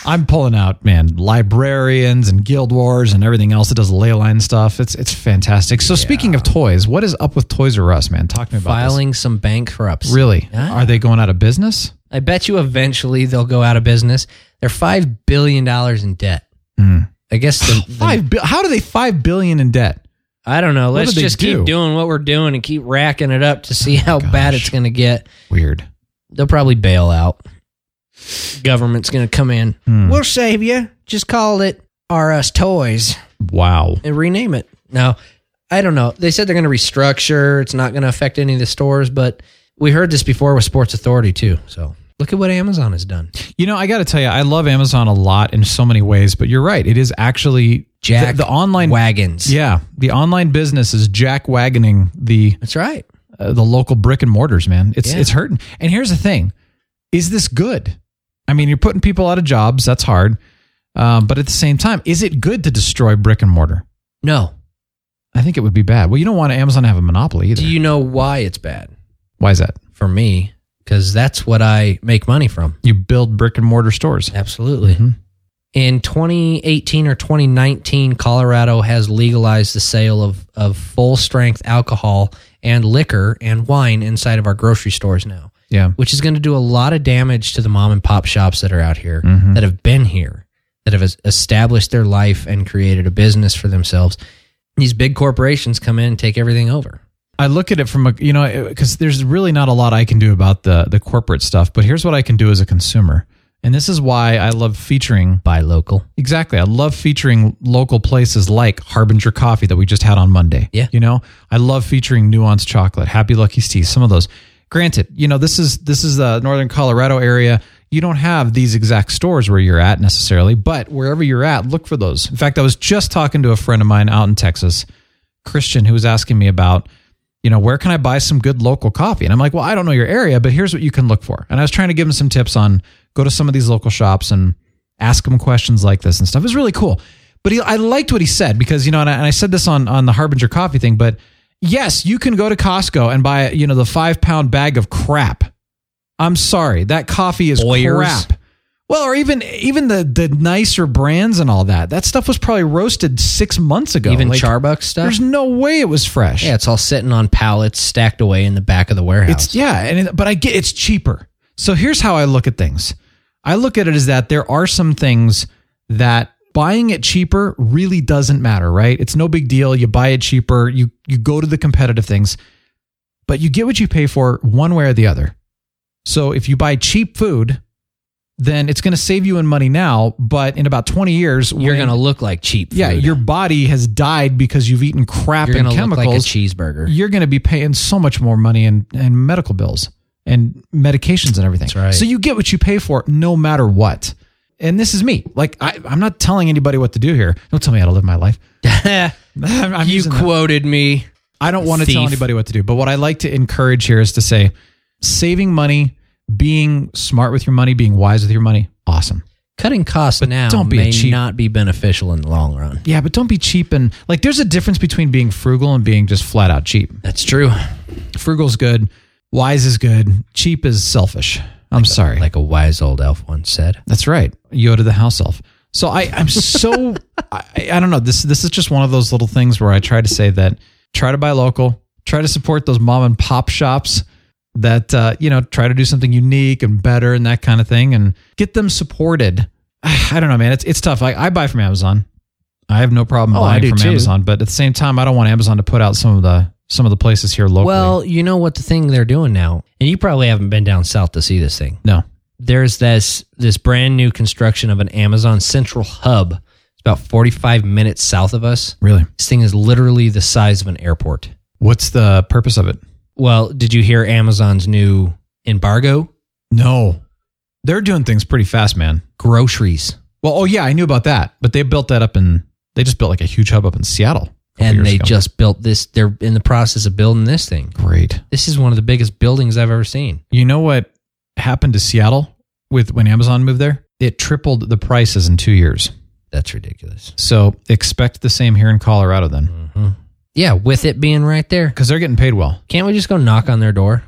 I'm pulling out, man, librarians and guild wars and everything else that does ley line stuff. It's it's fantastic. So speaking of toys, what is up with Toys R Us, man? Talk to me about this.
Filing some bankruptcy.
Really?
Yeah.
Are they going out of business?
I bet you eventually they'll go out of business. They're five billion dollars in debt. I guess the, the-
Hmm. Five bi- how do they five billion in debt?
I don't know. Let's
did they
just
do?
keep doing what we're doing and keep racking it up to see how bad it's going to get.
Weird.
They'll probably bail out. Government's going to come in.
Hmm.
We'll save you. Just call it RS Toys
Wow.
and rename it. No, I don't know. They said they're going to restructure. It's not going to affect any of the stores, but we heard this before with Sports Authority too. So look at what Amazon has done.
You know, I got to tell you, I love Amazon a lot in so many ways, but you're right. It is actually
Jack
the, the online.
wagons.
yeah, the online business is jack wagoning the
that's right.
uh, the local brick and mortars, man. It's
Yeah.
it's hurting. And here's the thing: is this good? I mean, you're putting people out of jobs. That's hard. Um, but at the same time, is it good to destroy brick and mortar?
No.
I think it would be bad. Well, you don't want Amazon to have a monopoly either.
Do you know why it's bad
Why is that?
for me? Because that's what I make money from.
You build brick and mortar stores.
Absolutely.
Mm-hmm.
In 2018 or 2019, Colorado has legalized the sale of, of full strength alcohol and liquor and wine inside of our grocery stores now,
Yeah.
which is going to do a lot of damage to the mom and pop shops that are out here,
Mm-hmm.
that have been here, that have es- established their life and created a business for themselves. These big corporations come in and take everything over.
I look at it from a you know because there's really not a lot I can do about the the corporate stuff, but here's what I can do as a consumer, and this is why I love featuring
Buy local.
exactly. I love featuring local places like Harbinger Coffee that we just had on Monday.
Yeah.
you know I love featuring Nuance Chocolate, Happy Lucky's Tea, some of those. Granted, you know this is this is the northern Colorado area. You don't have these exact stores where you're at necessarily, but wherever you're at, look for those. In fact, I was just talking to a friend of mine out in Texas. Christian who was asking me about, you know, where can I buy some good local coffee? And I'm like, well, I don't know your area, but here's what you can look for. And I was trying to give him some tips on go to some of these local shops and ask them questions like this and stuff. It was really cool. But he, I liked what he said because, you know, and I, and I said this on, on the Harbinger coffee thing, but yes, you can go to Costco and buy, you know, the five pound bag of crap. I'm sorry. That coffee is
Boyers.
crap. Well, or even even the the nicer brands and all that. That stuff was probably roasted six months ago.
Even
Like,
Charbuck stuff.
there's no way it was fresh.
Yeah, it's all sitting on pallets stacked away in the back of the warehouse.
it's yeah, and it, but I get it's cheaper. So here's how I look at things. I look at it as that there are some things that buying it cheaper really doesn't matter, right? It's no big deal. You buy it cheaper, you you go to the competitive things, but you get what you pay for one way or the other. So if you buy cheap food, then it's going to save you in money now, but in about 20 years
you're
when-
going to look like cheap.
yeah,
food.
your body has died because you've eaten crap
you're going
and
to look
chemicals
like a cheeseburger.
you're going to be paying so much more money in, in medical bills and medications and everything.
right.
So you get what you pay for no matter what. And this is me. Like, I, I'm not telling anybody what to do here. Don't tell me how to live my life. I'm, I'm
you
using that.
quoted me.
I don't want to tell
Thief.
anybody what to do, but what I like to encourage here is to say saving money, being smart with your money, being wise with your money, awesome.
Cutting costs now
don't be a
may
cheap-
not be beneficial in the long run.
Yeah, but don't be cheap and like there's a difference between being frugal and being just flat out cheap.
That's true.
Frugal's good, wise is good, cheap is selfish. I'm sorry.
Like a wise old elf once said.
That's right. Yoda the house elf. So I, I'm so I, I don't know. This this is just one of those little things where I try to say that try to buy local, try to support those mom and pop shops that uh, you know try to do something unique and better and that kind of thing, and get them supported. I don't know, man. It's it's tough. I, I buy from Amazon. I have no problem
Oh, I
buying
do
from
too.
Amazon, but at the same time, I don't want Amazon to put out some of the some of the places here locally.
Well, you know what the thing they're doing now, and you probably haven't been down south to see this thing.
no,
There's this this brand new construction of an Amazon central hub. It's about 45 minutes south of us.
really.
This thing is literally the size of an airport.
What's the purpose of it?
Well, did you hear Amazon's new embargo?
No, they're doing things pretty fast, man.
Groceries.
Well, oh yeah, I knew about that, but they built that up in they just built like a huge hub up in Seattle, a couple
And
years
they
ago.
just built this. They're in the process of building this thing.
great.
This is one of the biggest buildings I've ever seen.
You know what happened to Seattle with when Amazon moved there? It tripled the prices in two years.
That's ridiculous. Mm-hmm.
So expect the same here in Colorado then,
Yeah, with it being right there.
because they're getting paid well.
Can't we just go knock on their door?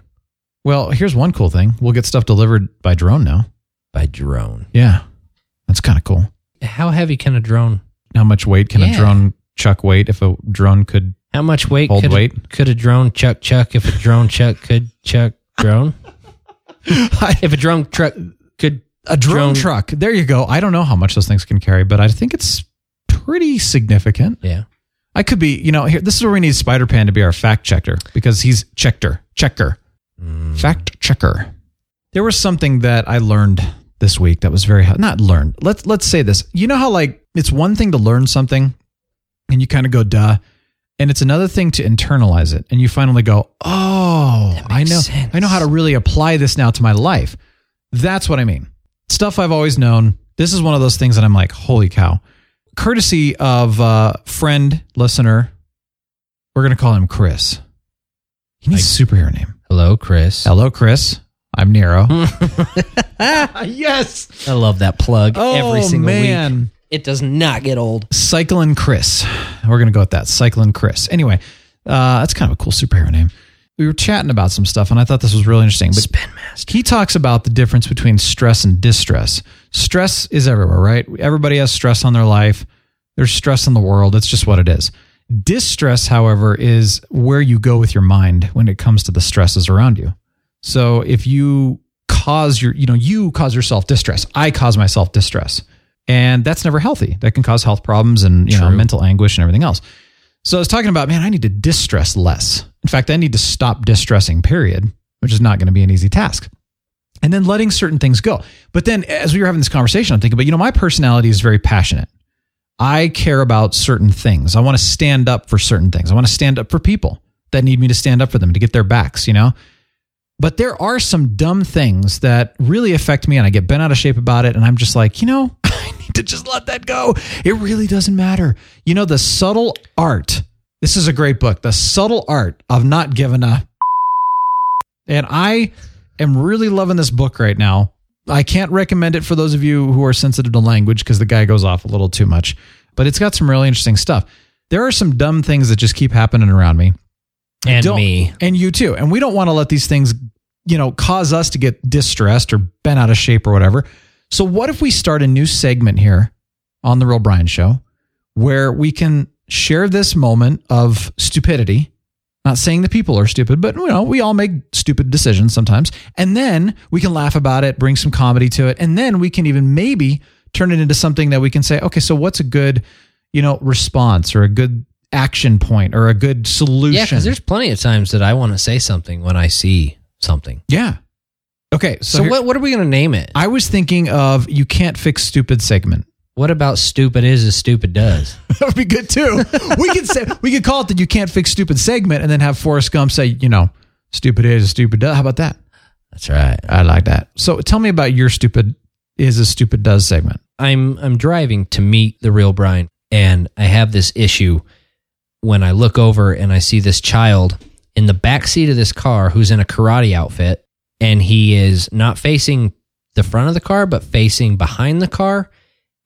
Well, here's one cool thing: we'll get stuff delivered by drone now.
By drone.
Yeah, That's kind of cool.
How heavy can a drone?
How much weight can a
Yeah.
drone chuck weight if a drone could?
How much weight
Hold
could
weight.
A, could a drone chuck chuck if a drone chuck could chuck drone? if a drone truck could
Uh, A drone,
Drone-
truck. There you go. I don't know how much those things can carry, but I think it's pretty significant.
yeah.
I could be, you know, here. This is where we need Spider Pan to be our fact checker because he's checker, checker, fact checker. There was something that I learned this week that was very hel- not learned. Let's let's say this. You know how like it's one thing to learn something, and you kind of go duh, and it's another thing to internalize it, and you finally go, oh, I
makes
know,
sense.
I know how to really apply this now to my life. That's what I mean. Stuff I've always known. This is one of those things that I'm like, holy cow. Courtesy of uh, friend, listener, we're going to call him Chris. He needs a superhero name.
Hello, Chris.
Hello, Chris. I'm Nero.
yes. I love that plug
Oh,
every single week. It does not get old.
Cyclin Chris. We're gonna go with that. Cyclin Chris. Anyway, uh, that's kind of a cool superhero name. We were chatting about some stuff, and I thought this was really interesting. But
Spin master.
he talks about the difference between stress and distress. Stress is everywhere, right? Everybody has stress on their life. There's stress in the world. It's just what it is. Distress, however, is where you go with your mind when it comes to the stresses around you. So if you cause your, you know, you cause yourself distress, I cause myself distress. And that's never healthy. That can cause health problems and, you know, mental anguish and everything else. So I was talking about, man, I need to distress less. In fact, I need to stop distressing, period, which is not going to be an easy task. And then letting certain things go. But then as we were having this conversation, I'm thinking, but you know, my personality is very passionate. I care about certain things. I want to stand up for certain things. I want to stand up for people that need me to stand up for them to get their backs, you know? But there are some dumb things that really affect me and I get bent out of shape about it. And I'm just like, you know, I need to just let that go. It really doesn't matter. You know, the subtle art. This is a great book, The Subtle Art of Not Giving a. And I am really loving this book right now. I can't recommend it for those of you who are sensitive to language because the guy goes off a little too much, but it's got some really interesting stuff. There are some dumb things that just keep happening around me
And
don't-
me.
and you too and we don't want to let these things you know cause us to get distressed or bent out of shape or whatever so what if we start a new segment here on the real brian show where we can share this moment of stupidity not saying the people are stupid but you know we all make stupid decisions sometimes and then we can laugh about it bring some comedy to it and then we can even maybe turn it into something that we can say okay so what's a good you know response or a good action point or a good solution
Yeah, because there's plenty of times that I want to say something when I see something.
yeah. Okay. So,
So,
here-
what what are we gonna name it?
I was thinking of you can't fix stupid segment.
What about stupid is as stupid does?
That would be good too. we could say we could call it that you can't fix stupid segment, and then have Forrest Gump say, you know, stupid is stupid does. How about that?
That's right.
I like that. So tell me about your stupid is a stupid does segment.
I'm I'm driving to meet the real Brian, and I have this issue when I look over and I see this child in the back seat of this car who's in a karate outfit, and he is not facing the front of the car, but facing behind the car,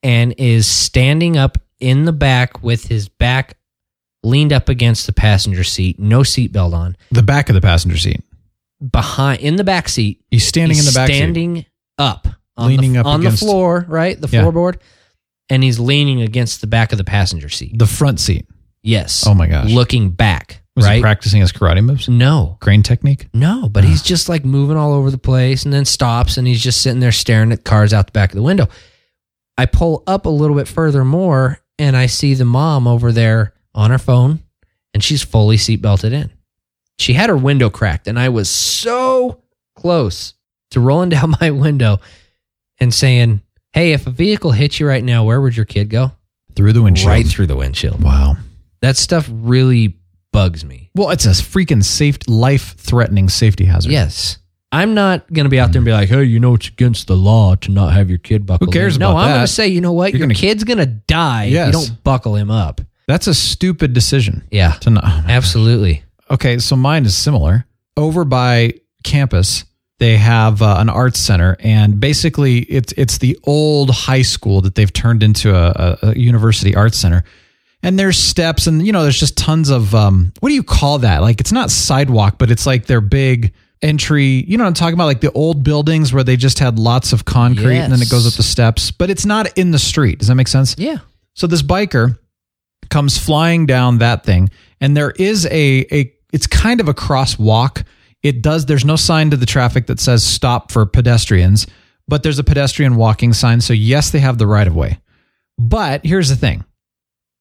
and is standing up in the back with his back leaned up against the passenger seat, no seatbelt on,
The back of the passenger seat.
behind in the back seat,
He's standing
He's
in the back seat.
standing up, on
Leaning
the,
up
on
against-
the floor, right? The
Yeah.
floorboard, and he's leaning against the back of the passenger seat.
The front seat.
Yes.
Oh my gosh.
Looking back,
Was
right?
he practicing his karate moves?
no,
Mm-hmm. Crane technique?
no. But he's just like moving all over the place, and then stops, and he's just sitting there staring at cars out the back of the window. I pull up a little bit further more, and I see the mom over there on her phone, and she's fully seatbelted in. She had her window cracked, and I was so close to rolling down my window and saying, Hey, if a vehicle hit you right now, where would your kid go?
Through the windshield.
Right through the windshield.
Wow.
That stuff really bugs me.
Well, it's a freaking safe, life threatening safety hazard.
Yes. I'm not going to be out there and be like, hey, you know, it's against the law to not have your kid buckle
Who cares
in. No,
about
I'm
that?
going to say, you know what?
You're
your
gonna-
kid's going to die
Yes.
if you don't buckle him up.
That's a stupid decision.
Yeah.
To not,
Absolutely.
Okay, so mine is similar. Over by campus, they have uh, an arts center, and basically, it's it's the old high school that they've turned into a, a, a university arts center. And there's steps, and you know, there's just tons of um, what do you call that? Like, it's not sidewalk, but it's like their big entry. You know what I'm talking about? Like the old buildings where they just had lots of concrete and then it goes up
Yes.
the steps, but it's not in the street. Does that make sense?
Yeah.
So this biker comes flying down that thing, and there is a a it's kind of a crosswalk. It does there's no sign to the traffic that says stop for pedestrians, but there's a pedestrian walking sign. So yes, they have the right of way. But here's the thing.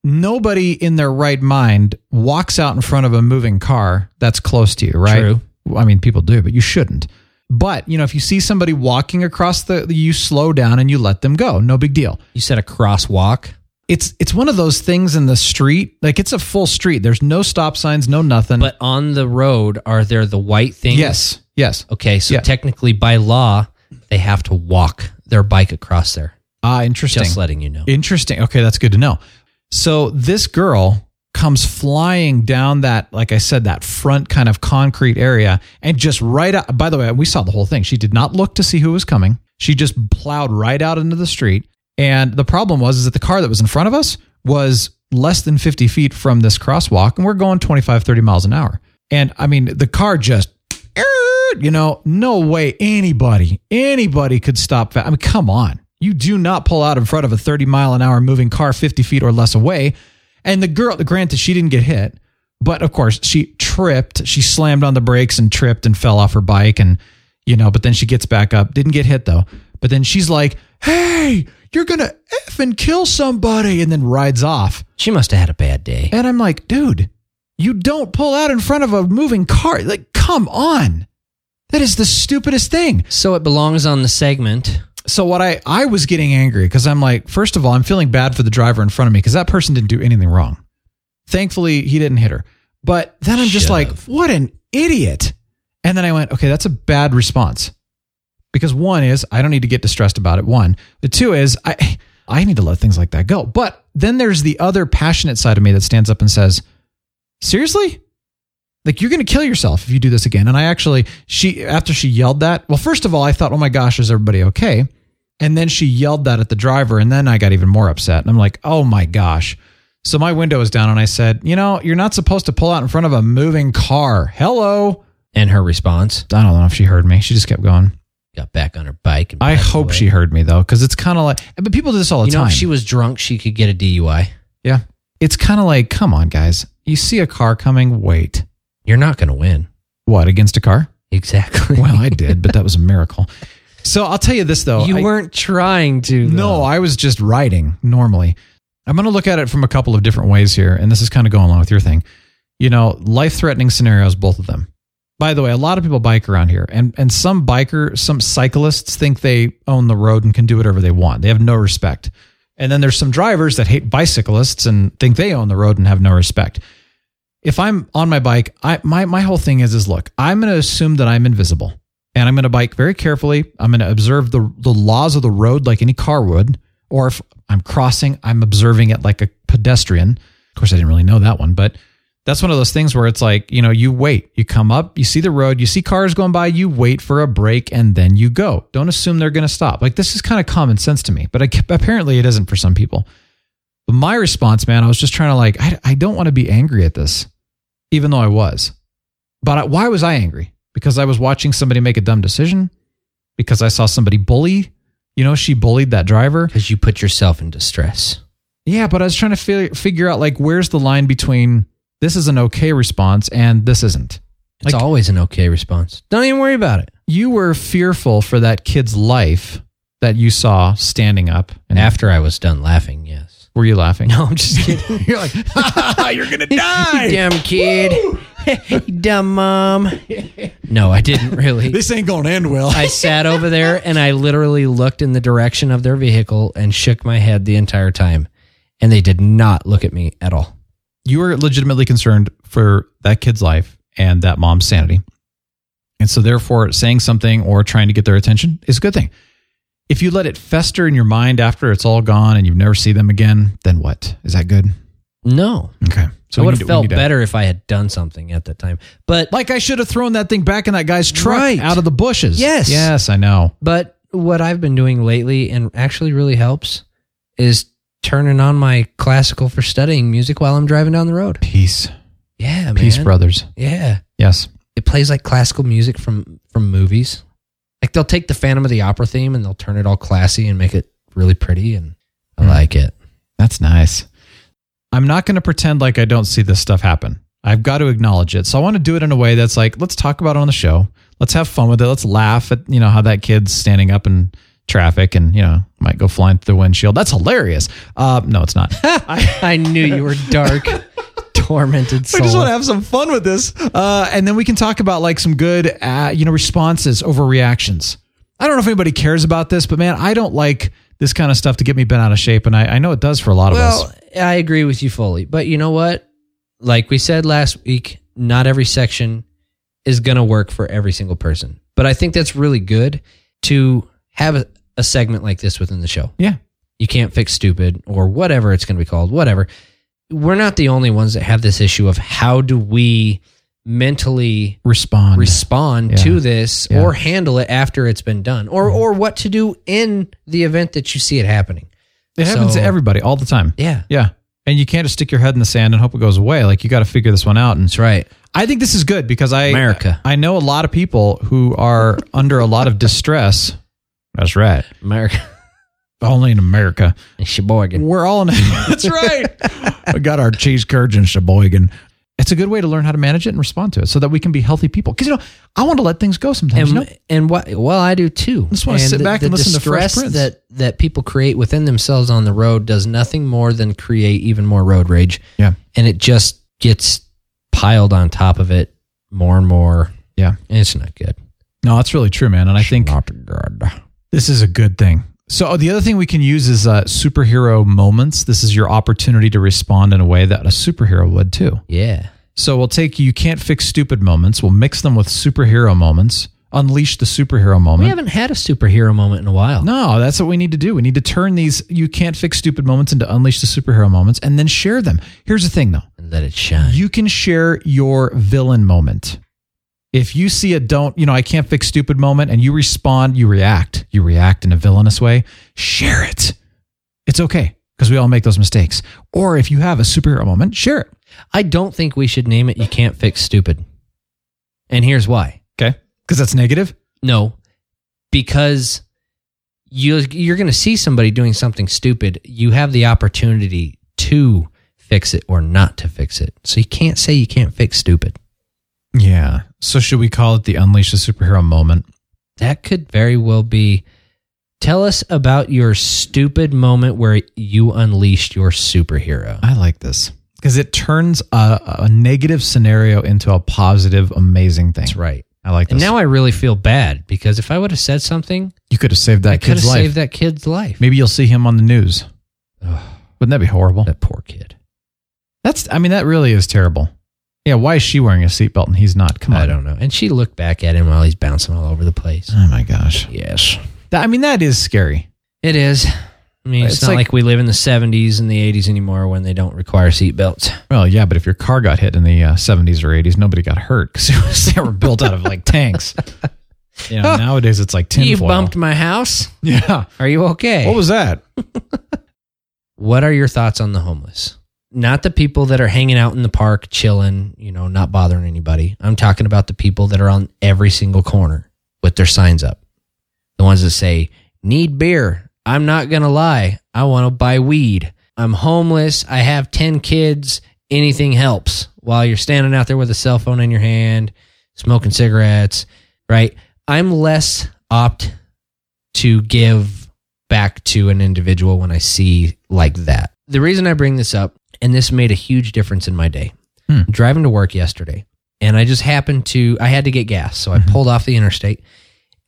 Nobody in their right mind walks out in front of a moving car that's close to you, right?
True.
Well, I mean, people do, but you shouldn't. But, you know, if you see somebody walking across the you slow down and you let them go. No big deal
You said a crosswalk.
it's it's one of those things in the street. Like it's a full street. There's no stop signs, no nothing.
But on the road, are there the white things?
yes, yes.
Okay, so
Yeah.
technically, by law, they have to walk their bike across there.
Ah, interesting.
Just letting you know.
Interesting. Okay, that's good to know. So this girl comes flying down that, like I said, that front kind of concrete area, and just right out. By the way, we saw the whole thing. She did not look to see who was coming. She just plowed right out into the street. And the problem was is that the car that was in front of us was less than 50 feet from this crosswalk, and we're going 25, 30 miles an hour. And I mean, the car just, you know, no way anybody, anybody could stop. fa- I mean, come on. You do not pull out in front of a 30 mile an hour moving car 50 feet or less away. And the girl, granted, she didn't get hit, but of course, she tripped. She slammed on the brakes and tripped and fell off her bike. And, you know, but then she gets back up. Didn't get hit though. But then she's like, hey, you're going to F and kill somebody. And then rides off.
She must have had a bad day.
And I'm like, dude, you don't pull out in front of a moving car. Like, come on. That is the stupidest thing.
So it belongs on the segment.
So what I I was getting angry because I'm like, first of all, I'm feeling bad for the driver in front of me because that person didn't do anything wrong. Thankfully, he didn't hit her. But then I'm just
Shove.
like, what an idiot. And then I went, okay, that's a bad response. Because one is I don't need to get distressed about it. One. The two is I I need to let things like that go. But then there's the other passionate side of me that stands up and says, seriously? like you're going to kill yourself if you do this again and i actually she after she yelled that well first of all i thought oh my gosh is everybody okay and then she yelled that at the driver and then i got even more upset and i'm like oh my gosh so my window was down and i said you know you're not supposed to pull out in front of a moving car hello
And her response
i don't know if she heard me she just kept going
got back on her bike. And
i
pedaled
hope
away.
she heard me though because it's kind of like but people do this all the
You know,
time
if she was drunk, she could get a DUI.
yeah it's kind of like come on guys you see a car coming wait
You're not going to win.
what against a car
Exactly.
Well, I did, but that was a miracle. So I'll tell you this though.
you
I-
weren't trying to.
No,
though.
I was just writing normally. I'm going to look at it from a couple of different ways here, and this is kind of going along with your thing. You know, life-threatening scenarios, both of them. By the way, a lot of people bike around here, and and some biker, some cyclists think they own the road and can do whatever they want. They have no respect. And then there's some drivers that hate bicyclists and think they own the road and have no respect. If I'm on my bike, I my my whole thing is is look, I'm going to assume that I'm invisible and I'm going to bike very carefully. I'm going to observe the the laws of the road like any car would. Or if I'm crossing, I'm observing it like a pedestrian. Of course, I didn't really know that one, but that's one of those things where it's like you know you wait, you come up, you see the road, you see cars going by, you wait for a break, and then you go. Don't assume they're going to stop. Like this is kind of common sense to me, but I, apparently it isn't for some people. But my response, man, I was just trying to like I, I don't want to be angry at this, even though I was. But I- why was I angry? Because I was watching somebody make a dumb decision. Because I saw somebody bully. You know, she bullied that driver.
Because you put yourself in distress.
Yeah, but I was trying to fi- figure out like where's the line between this is an okay response and this isn't.
It's
Like-
always an okay response. Don't even worry about it.
You were fearful for that kid's life that you saw standing up. And after,
After I was done laughing, yes.
were you laughing?
No, I'm just kidding. You're like,
You're gonna die.
dumb kid. dumb mom. No, I didn't really.
This ain't going to end well.
I sat over there and I literally looked in the direction of their vehicle and shook my head the entire time. And they did not look at me at all.
you were legitimately concerned for that kid's life and that mom's sanity. And so, therefore, saying something or trying to get their attention is a good thing. If you let it fester in your mind after it's all gone and you never see them again, then what? Is that good?
No.
Okay.
I
we
would have
need to- we
felt
need to-
better if I had done something at that time. But
Like I should have thrown that thing back in that guy's truck
Right.
out of the bushes.
Yes.
Yes, I know.
but what I've been doing lately and actually really helps is turning on my classical for studying music while I'm driving down the road.
Peace.
Yeah, man.
Peace, brothers.
Yeah.
Yes.
it plays like classical music from from movies. Like they'll take the Phantom of the Opera theme and they'll turn it all classy and make it really pretty, and I like it.
That's nice. I'm not going to pretend like I don't see this stuff happen. I've got to acknowledge it. So I want to do it in a way that's like, let's talk about it on the show. Let's have fun with it. Let's laugh at, you know, how that kid's standing up in traffic and, you know, might go flying through the windshield. That's hilarious. Uh, no, it's not.
I knew you were dark, tormented
I
soul.
just want to have some fun with this. Uh, and then we can talk about like some good, uh, you know, responses over reactions. I don't know if anybody cares about this, but man, I don't like this kind of stuff to get me bent out of shape. And I, I know it does for a lot of us.
well, I agree with you fully, but you know what? Like we said last week, not every section is going to work for every single person. But I think that's really good to have a, a segment like this within the show.
Yeah.
you can't fix stupid or whatever it's going to be called, whatever. We're not the only ones that have this issue of how do we mentally
Respond.
respond
Yeah.
to this
Yeah. Mm-hmm.
or handle it after it's been done or or what to do in the event that you see it happening.
It happens
So-
to everybody all the time.
Yeah.
Yeah. And you can't just stick your head in the sand and hope it goes away. Like you got to figure this one out. And
That's right.
I think this is good because I
America.
I know a lot of people who are under a lot of distress. That's right.
America.
Only in America.
Sheboygan.
We're all in. That's right. we got our cheese curds and Sheboygan. It's a good way to learn how to manage it and respond to it, so that we can be healthy people. Because you know, I want to let things go sometimes.
And,
you know?
and what? Well, I do too.
Just wanna
And
sit
the-
back
the
and listen to Fresh
distress
Prince.
That that people create within themselves on the road does nothing more than create even more road rage.
Yeah.
and it just gets piled on top of it more and more.
Yeah.
And it's not good.
No, that's really true, man. And I think this is a good thing. So the other thing we can use is uh, superhero moments. This is your opportunity to respond in a way that a superhero would too.
Yeah,
So we'll take you can't fix stupid moments. We'll mix them with superhero moments. Unleash the superhero
we
moment.
haven't had a superhero moment in a while.
No, that's what we need to do. We need to turn these you can't fix stupid moments into unleash the superhero moments and then share them. Here's the thing though.
and let it shine.
You can share your villain moment. If you see a don't, you know, I can't fix stupid moment and you respond, you react, you react in a villainous way, share it. It's okay because we all make those mistakes. Or if you have a superhero moment, share it.
I don't think we should name it. You can't fix stupid. And here's why.
Okay. Because that's negative.
No, because you you're going to see somebody doing something stupid. You have the opportunity to fix it or not to fix it. So you can't say you can't fix stupid.
Yeah. So should we call it the unleash the superhero moment?
That could very well be. Tell us about your stupid moment where you unleashed your superhero.
I like this because it turns a, a negative scenario into a positive, amazing thing.
That's right.
I like this.
And now I really feel bad because if I would have said something,
you could have saved
I
that
could have
kid's life.
saved that kid's life.
Maybe you'll see him on the news. Wouldn't that be horrible?
That poor kid.
That's. I mean, that really is terrible. Yeah. Why is she wearing a seatbelt and he's not? Come on.
I don't know. And she looked back at him while he's bouncing all over the place.
Oh my gosh.
Yes.
That, I mean, that is scary.
It is. I mean, it's,
It's
not like,
like-
we live in the 70s and the 80s anymore when they don't require seatbelts.
Well, yeah, but if your car got hit in the uh, 70s or 80s, nobody got hurt because they were built out of like tanks. You know, nowadays it's like tinfoil.
You bumped my house.
Yeah.
Are you okay?
What was that?
what are your thoughts on the homeless? Not the people that are hanging out in the park, chilling, you know, not bothering anybody. I'm talking about the people that are on every single corner with their signs up. The ones that say, need beer. I'm not going to lie. I want to buy weed. I'm homeless. I have 10 kids. Anything helps while you're standing out there with a cell phone in your hand, smoking cigarettes, right? I'm less opt to give back to an individual when I see like that. The reason I bring this up, and this made a huge difference in my day,
Hmm.
driving to work yesterday, and I just happened to, I had to get gas. So I
Mm-hmm.
pulled off the interstate,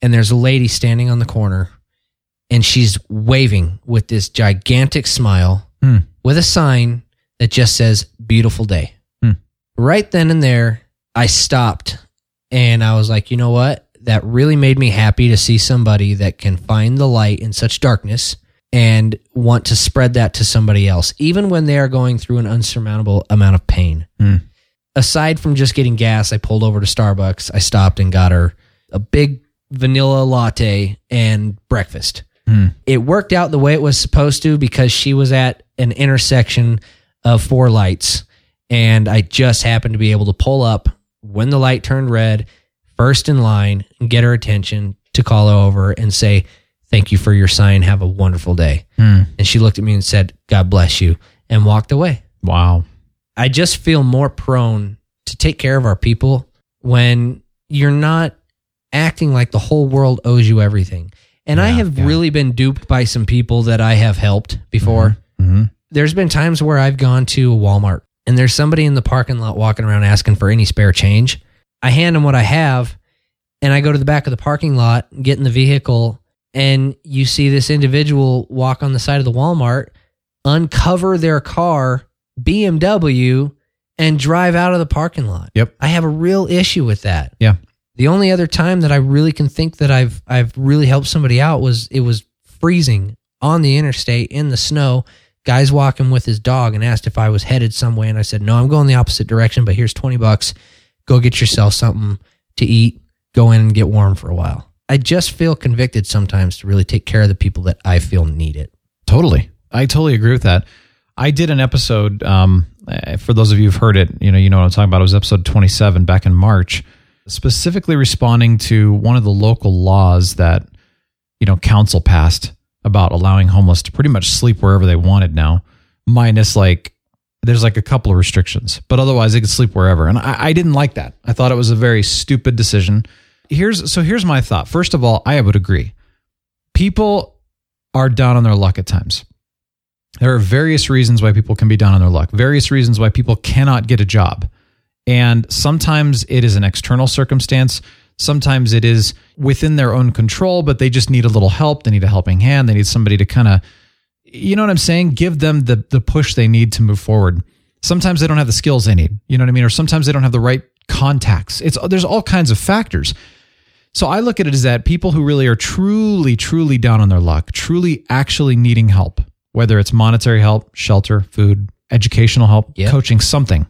and there's a lady standing on the corner, and she's waving with this gigantic smile
Hmm.
with a sign that just says, Beautiful day.
Hmm.
Right then and there, I stopped and I was like, you know what? That really made me happy to see somebody that can find the light in such darkness and want to spread that to somebody else, even when they are going through an unsurmountable amount of pain.
Hmm.
Aside from just getting gas, I pulled over to Starbucks. I stopped and got her a big vanilla latte and breakfast.
Hmm.
It worked out the way it was supposed to because she was at an intersection of four lights and I just happened to be able to pull up when the light turned red, first in line, and get her attention to call her over and say, Thank you for your sign. Have a wonderful day. And she looked at me and said, God bless you, and walked away.
Wow.
I just feel more prone to take care of our people when you're not acting like the whole world owes you everything. And I have really been duped by some people that I have helped before. There's been times where I've gone to a Walmart and there's somebody in the parking lot walking around asking for any spare change. I hand them what I have and I go to the back of the parking lot, get in the vehicle, and you see this individual walk on the side of the Walmart, uncover their car, BMW, and drive out of the parking lot.
Yep.
I have a real issue with that.
Yeah.
The only other time that I really can think that I've I've really helped somebody out was it was freezing on the interstate in the snow. Guys walking with his dog and asked if I was headed somewhere, and I said no, I'm going the opposite direction. But here's twenty bucks. Go get yourself something to eat. Go in and get warm for a while. I just feel convicted sometimes to really take care of the people that I feel need it.
Totally. I totally agree with that. I did an episode, um, eh, for those of you who've heard it, you know, you know what I'm talking about. It was episode 27 back in March, specifically responding to one of the local laws that, you know, council passed about allowing homeless to pretty much sleep wherever they wanted now, minus like, there's like a couple of restrictions, but otherwise they could sleep wherever. And I, I didn't like that. I thought it was a very stupid decision. Here's, so here's my thought. First of all, I would agree. People are down on their luck at times. There are various reasons why people can be down on their luck, various reasons why people cannot get a job. And sometimes it is an external circumstance. Sometimes it is within their own control, but they just need a little help. They need a helping hand. They need somebody to kind of, you know what I'm saying? Give them the, the push they need to move forward. Sometimes they don't have the skills they need, you know what I mean? Or sometimes they don't have the right contacts. It's, there's all kinds of factors. So I look at it as that people who really are truly, truly down on their luck, truly actually needing help, whether it's monetary help, shelter, food, educational help,
Yeah.
coaching, something.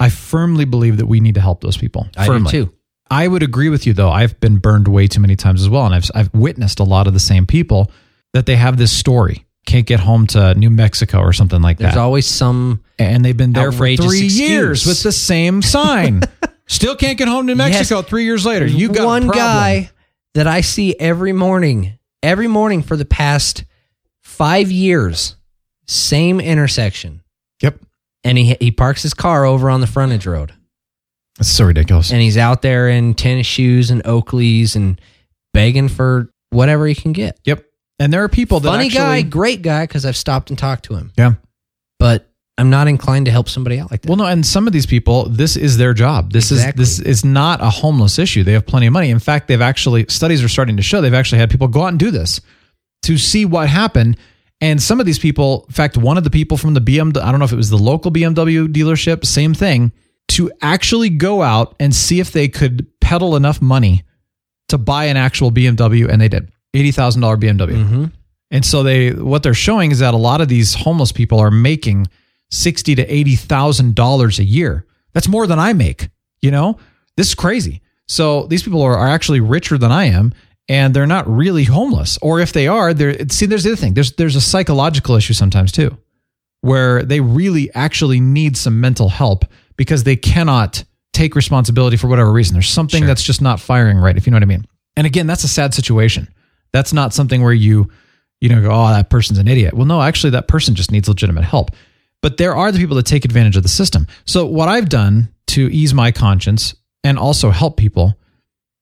I firmly believe that we need to help those people.
I do
firmly.
too.
I would agree with you though. I've been burned way too many times as well, and I've I've witnessed a lot of the same people that they have this story can't get home to New Mexico or something like
There's
that,
always some
and they've been there for three
outrageous excuse.
years with the same sign. Still can't get home to New Mexico three years later. You got a
one
problem.
guy that I see every morning, every morning for the past five years, same intersection,
Yep,
and he he parks his car over on the frontage road,
that's so ridiculous.
and he's out there in tennis shoes and Oakleys and begging for whatever he can get.
yep, and there are people that
Funny guy,
actually,
great guy, because I've stopped and talked to him,
Yeah.
but I'm not inclined to help somebody out like that.
Well, no, and some of these people, this is their job. This
Exactly.
is this is not a homeless issue. They have plenty of money. In fact, they've actually studies are starting to show they've actually had people go out and do this to see what happened. And some of these people, in fact, one of the people from the BMW, I don't know if it was the local BMW dealership, same thing, to actually go out and see if they could peddle enough money to buy an actual BMW, and they did eighty thousand dollar BMW. And so they what they're showing is that a lot of these homeless people are making sixty to eighty thousand dollars a year. That's more than I make. You know, this is crazy. So these people are, are actually richer than I am, and they're not really homeless. Or if they are, they're see. There's the other thing. There's there's a psychological issue sometimes too, where they really actually need some mental help because they cannot take responsibility for whatever reason. There's something that's just not firing right. If you know what I mean. And again, that's a sad situation. That's not something where you you know, go, oh, that person's an idiot. Well, no, actually, that person just needs legitimate help. But there are the people that take advantage of the system. So, what I've done to ease my conscience and also help people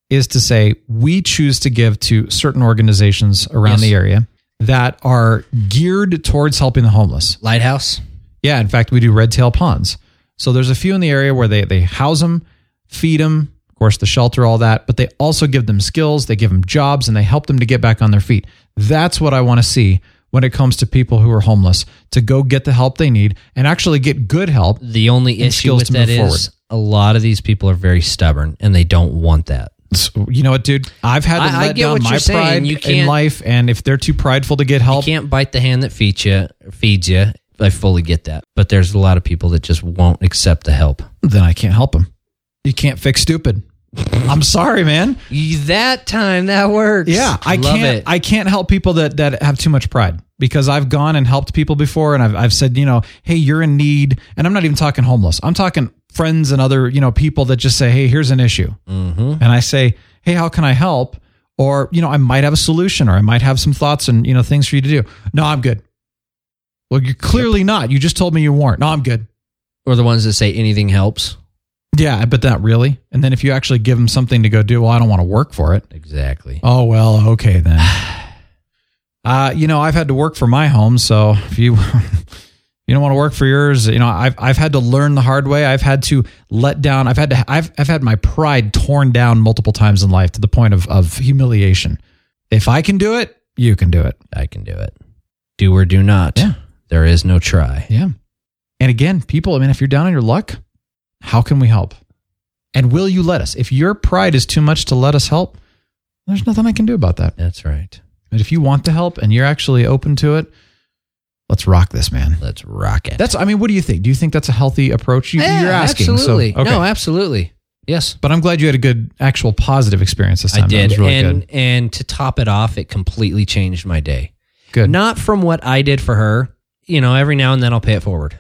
is to say we choose to give to certain organizations around
Yes.
the area that are geared towards helping the homeless.
Lighthouse,
Yeah, in fact, we do red tail ponds. So there's a few in the area where they they house them, feed them, of course the shelter, all that, but they also give them skills, they give them jobs, and they help them to get back on their feet. That's what I want to see when it comes to people who are homeless to go get the help they need and actually get good help.
the only
And
issue
skills
with
to
that
move forward.
is a lot of these people are very stubborn and they don't want that.
So, you know what, dude? I've had to
I- I
let
get
down
what
my
you're saying.
pride
You
in
can't-
life, and if they're too prideful to get help,
You can't bite the hand that feeds you. Feeds you. I fully get that, but there's a lot of people that just won't accept the help.
then I can't help them. You can't fix stupid. I'm sorry, man.
That time that works.
Yeah, I
love
can't.
it.
I can't help people that that have too much pride because I've gone and helped people before, and I've I've said, you know, hey, you're in need, and I'm not even talking homeless. I'm talking friends and other you know people that just say, "Hey, here's an issue,"
Mm-hmm.
and I say, "Hey, how can I help?" Or you know, I might have a solution, or I might have some thoughts and you know things for you to do. No, I'm good. Well, you're clearly not. You just told me you weren't. No, I'm good.
Or the ones that say anything helps.
Yeah, but not really. And then if you actually give them something to go do, well, I don't want to work for it.
Exactly.
Oh well, okay then. Uh, you know, I've had to work for my home, so if you you don't want to work for yours, you know, I've I've had to learn the hard way. I've had to let down. I've had to. I've I've had my pride torn down multiple times in life to the point of of humiliation. If I can do it, you can do it.
I can do it. Do or do not.
Yeah.
There is no try.
Yeah. And again, people, I mean, if you're down on your luck, how can we help? And will you let us? If your pride is too much to let us help, there's nothing I can do about that.
That's right.
But if you want to help and you're actually open to it, let's rock this, man.
Let's rock it.
That's, I mean, what do you think? Do you think that's a healthy approach? You,
Yeah,
you're asking. so-
Absolutely.
okay.
No, absolutely. Yes.
but I'm glad you had a good, actual positive experience this time.
I
That
did.
was really
and
good.
and to top it off, it completely changed my day.
Good.
Not from what I did for her. You know, every now and then I'll pay it forward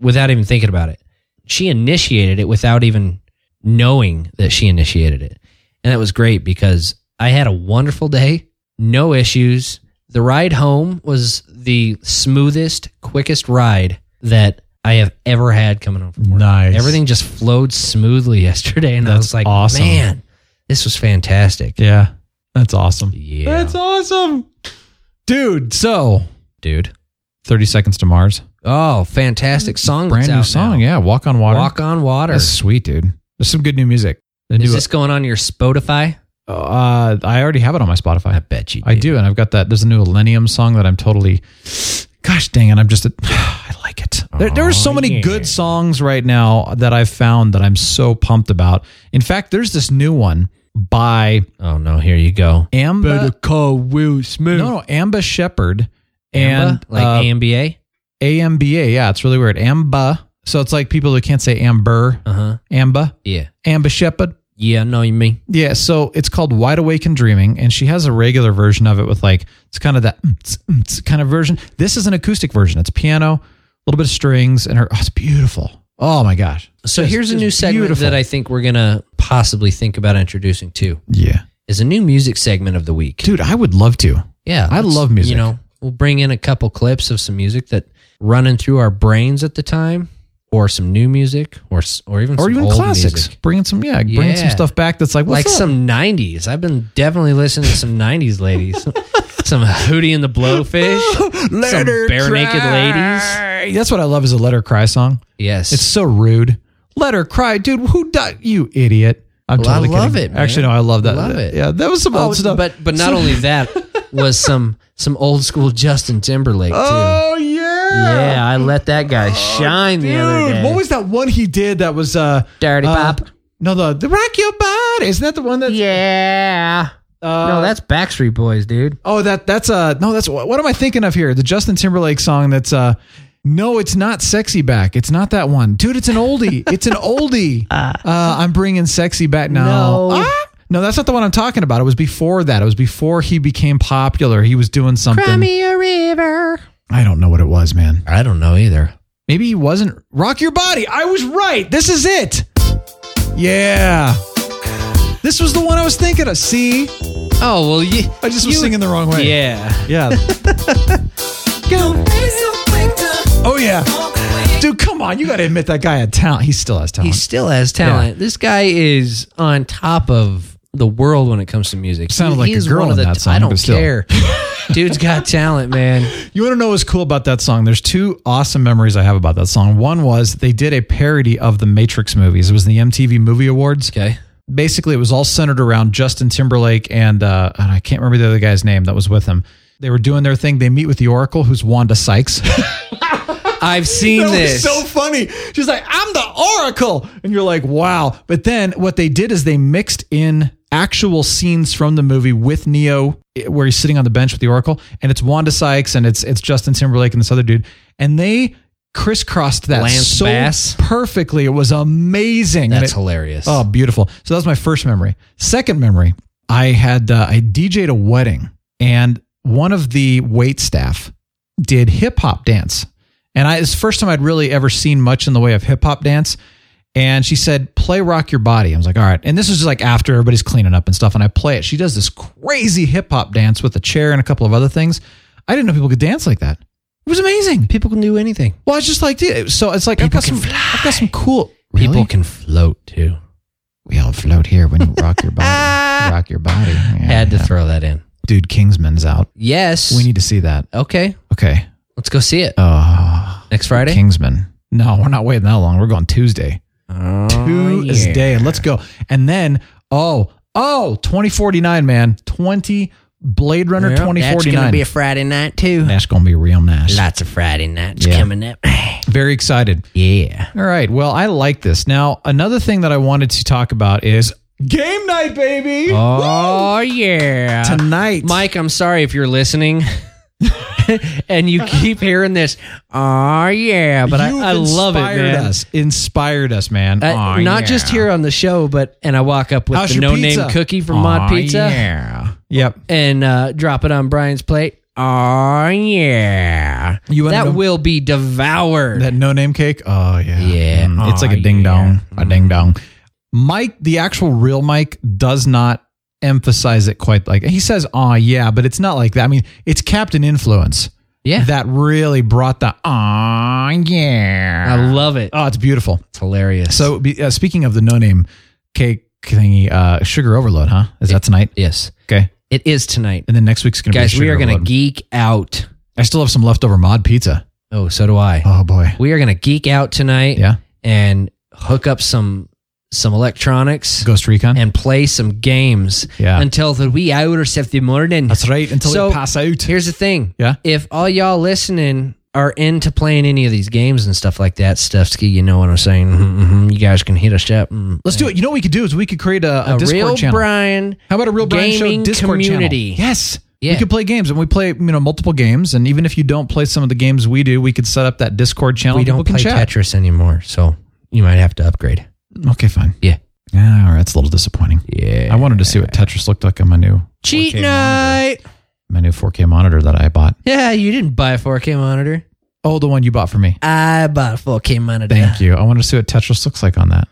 without even thinking about it. She initiated it without even knowing that she initiated it. And that was great because I had a wonderful day, no issues. The ride home was the smoothest, quickest ride that I have ever had coming home from work.
Nice.
Everything just flowed smoothly yesterday. And I
That's
was like,
awesome.
man, this was fantastic.
Yeah. That's awesome.
Yeah.
That's awesome. Dude, so
dude.
30 Seconds to Mars.
Oh, fantastic song.
Mm-hmm. Brand new song. Yeah. Walk on Water.
Walk on Water.
That's sweet, dude. There's some good new music. The
Is
new-
this going on your Spotify?
uh, I already have it on my Spotify.
I bet you
I do, and I've got that. There's a new Millennium song that I'm totally. Gosh dang it! I'm just. A, I like it. There, there are so many good songs right now that I've found that I'm so pumped about. In fact, there's this new one by
Oh, no. Here you go.
Amba.
call Will Smooth.
No, no, Amba Shepherd
and
and
like
uh,
AMBA.
AMBA. Yeah, it's really weird. Amba. So it's like people who can't say Amber,
Uh huh.
Amba,
Yeah.
Amba Shepherd.
Yeah. I know you mean.
Yeah, so it's called Wide Awake and Dreaming, and she has a regular version of it with like it's kind of that mm, ts, mm, ts kind of version. This is an acoustic version. It's piano, a little bit of strings, and her. Oh, it's beautiful. Oh my gosh.
So
Just-
here's a
just
new segment
beautiful.
that I think we're gonna possibly think about introducing too.
Yeah,
Is a new music segment of the week.
dude, I would love to.
Yeah,
I
let's-
love music.
You know, we'll bring in a couple clips of some music that running through our brains at the time, or some new music, or s- or even
or
some
even
old
classics.
music.
Bringing some yeah, bringing
Yeah.
some stuff back that's like what's
like
up?
some '90s. I've been definitely listening to some '90s ladies, some, some Hootie and the Blowfish, some bare naked ladies.
Hey, That's what I love is a let her cry song.
Yes,
It's so rude. Let her cry, dude. Who died? You idiot. I'm
Well, I
totally
love
kidding.
it, man.
Actually, no, I love that.
Love it.
Yeah, that was some
oh,
old stuff.
but but not
So-
only that was some some old school Justin Timberlake too.
Oh yeah. Oh,
Yeah, I let that guy shine the other day.
Dude, what was that one he did that was uh
Dirty
uh,
Pop?
No, the, the rock your body. Isn't that the one that?
Yeah.
Uh,
no, that's Backstreet Boys, dude.
Oh, that that's uh no, that's what, what am I thinking of here? The Justin Timberlake song that's uh no, it's not sexy back. It's not that one, dude. It's an oldie. it's an oldie. Uh, I'm bringing sexy back now.
No.
Ah! no, that's not the one I'm talking about. It was before that. It was before he became popular. He was doing something.
a river.
I don't know what it was, man.
I don't know either.
Maybe he wasn't. Rock your body. I was right. This is it. Yeah. This was the one I was thinking of. See?
Oh well, yeah.
I just was singing the wrong way.
Yeah.
Yeah. oh, yeah. Dude, come on. You got to admit that guy had talent. He still has talent.
He still has talent. This guy is on top of the world when it comes to music.
Sounded like a
he's
girl
one of
in
the-
that song,
I don't
but still.
care. Dude's got talent, man.
You want to know what's cool about that song? There's two awesome memories I have about that song. One was they did a parody of the Matrix movies. It was the MTV Movie Awards.
Okay.
basically it was all centered around Justin Timberlake and uh, and I can't remember the other guy's name that was with him. They were doing their thing. They meet with the Oracle, who's Wanda Sykes.
I've seen this.
funny. She's like, "I'm the Oracle," and you're like, "Wow!" But then what they did is they mixed in actual scenes from the movie with Neo, eh, where he's sitting on the bench with the Oracle, and it's Wanda Sykes and it's it's Justin Timberlake and this other dude, and they crisscrossed that
Lance
so
Bass?
perfectly. It was amazing. And
That's
it-
hilarious.
Oh, beautiful. So that was my first memory. Second memory, I had uh, I DJ'd a wedding and one of the wait staff did hip hop dance. And I it's the first time I'd really ever seen much in the way of hip hop dance. And she said, play Rock Your Body. I was like, all right. And this is like after everybody's cleaning up and stuff. And I play it. She does this crazy hip hop dance with a chair and a couple of other things. I didn't know people could dance like that. It was amazing.
People can do anything.
Well, it's just like, dude, so it's like, I've got,
People
some,
can
I've got some cool.
People can float too.
We all float here when you rock your body. rock your body. Yeah,
Had to
yeah.
throw that in.
Dude, Kingsman's out.
Yes.
We need to see that.
okay.
Okay.
Let's go see it
Oh,
next Friday.
Kingsman. No, we're not waiting that long. We're going Tuesday.
Oh,
Oh, Tuesday. Let's go. And then, oh, oh, 2049, man. 20 Blade Runner 2049.
Friday night too.
That's going to be real nice.
Lots of Friday nights
Yeah.
coming up.
Very excited.
yeah.
All right. Well, I like this. Now, another thing that I wanted to talk about is game night, baby.
Oh yeah.
Tonight.
Mike, I'm sorry if you're listening. and you keep hearing this, oh yeah, but
You've
I, I love it,
inspired
man.
Us. Inspired us, man.
Uh,
Aw,
not
yeah.
just here on the show, but and I walk up with
How's
the
your
no name
pizza?
cookie from
Aw,
Mod Pizza
Yeah. Yep.
and uh, drop it on Brian's plate. Oh yeah,
You wanna
that
know-
will be devoured.
That no name cake. Oh yeah,
Yeah.
Mm, it's like
Aw,
a ding dong,
yeah. Mm-hmm.
a ding dong. Mike, the actual real Mike, does not emphasize it quite like he says. Oh yeah, but it's not like that. I mean, it's Captain Influence
yeah,
that really brought the oh yeah.
I love it.
Oh, it's beautiful.
It's hilarious.
So be- uh, speaking of the no name cake thingy, uh, sugar overload, huh? Is that tonight?
yes,
Okay,
it is tonight,
and then next week's gonna
guys.
be
We
sugar
are going to
overload.
geek out.
I still have some leftover mod pizza.
Oh, so do I.
Oh boy,
We are going to geek out tonight.
Yeah.
and hook up some some electronics
Ghost Recon.
and play some games.
Yeah.
until the wee hours of the morning.
That's right. Until
So-
they pass out.
Here's the thing.
Yeah.
If all y'all listening are into playing any of these games and stuff like that, Stuffsky, you know what I'm saying? Mhm, mhm. You guys can hit us up. Mm.
Let's do it. You know what we could do is we could create a, a, Discord
real
channel.
Brian.
How about a real Brian
gaming
Show Discord
community.
channel? Yes.
Yeah.
We could play games and we play, you know, multiple games. And even if you don't play some of the games we do, we could set up that Discord channel.
We
People
don't
can
play
chat.
Tetris anymore, so you might have to upgrade.
Okay, fine.
Yeah.
Yeah, all right. It's a little disappointing.
Yeah.
I wanted to see what Tetris looked like on my new
Cheat
4K monitor-
night.
my new 4K monitor that I bought.
Yeah, you didn't buy a 4K monitor.
Oh, the one you bought for me.
I bought a 4K monitor.
Thank you. I wanted to see what Tetris looks like on that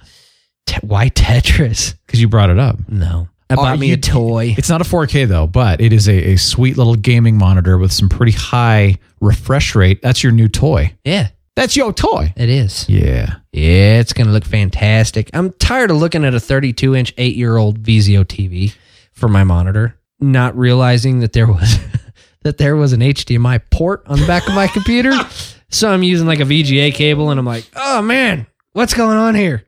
Te- why Tetris?
because you brought it up.
No. I
Are
bought me
you-
a toy.
It's not a 4K though, but it is a, a sweet little gaming monitor with some pretty high refresh rate. That's your new toy.
yeah,
That's your toy.
it is.
Yeah.
Yeah, it's going to look fantastic. I'm tired of looking at a 32 inch, eight year old Vizio TV for my monitor, not realizing that there was that there was an HDMI port on the back of my computer. So I'm using like a VGA cable, and I'm like, oh man, what's going on here?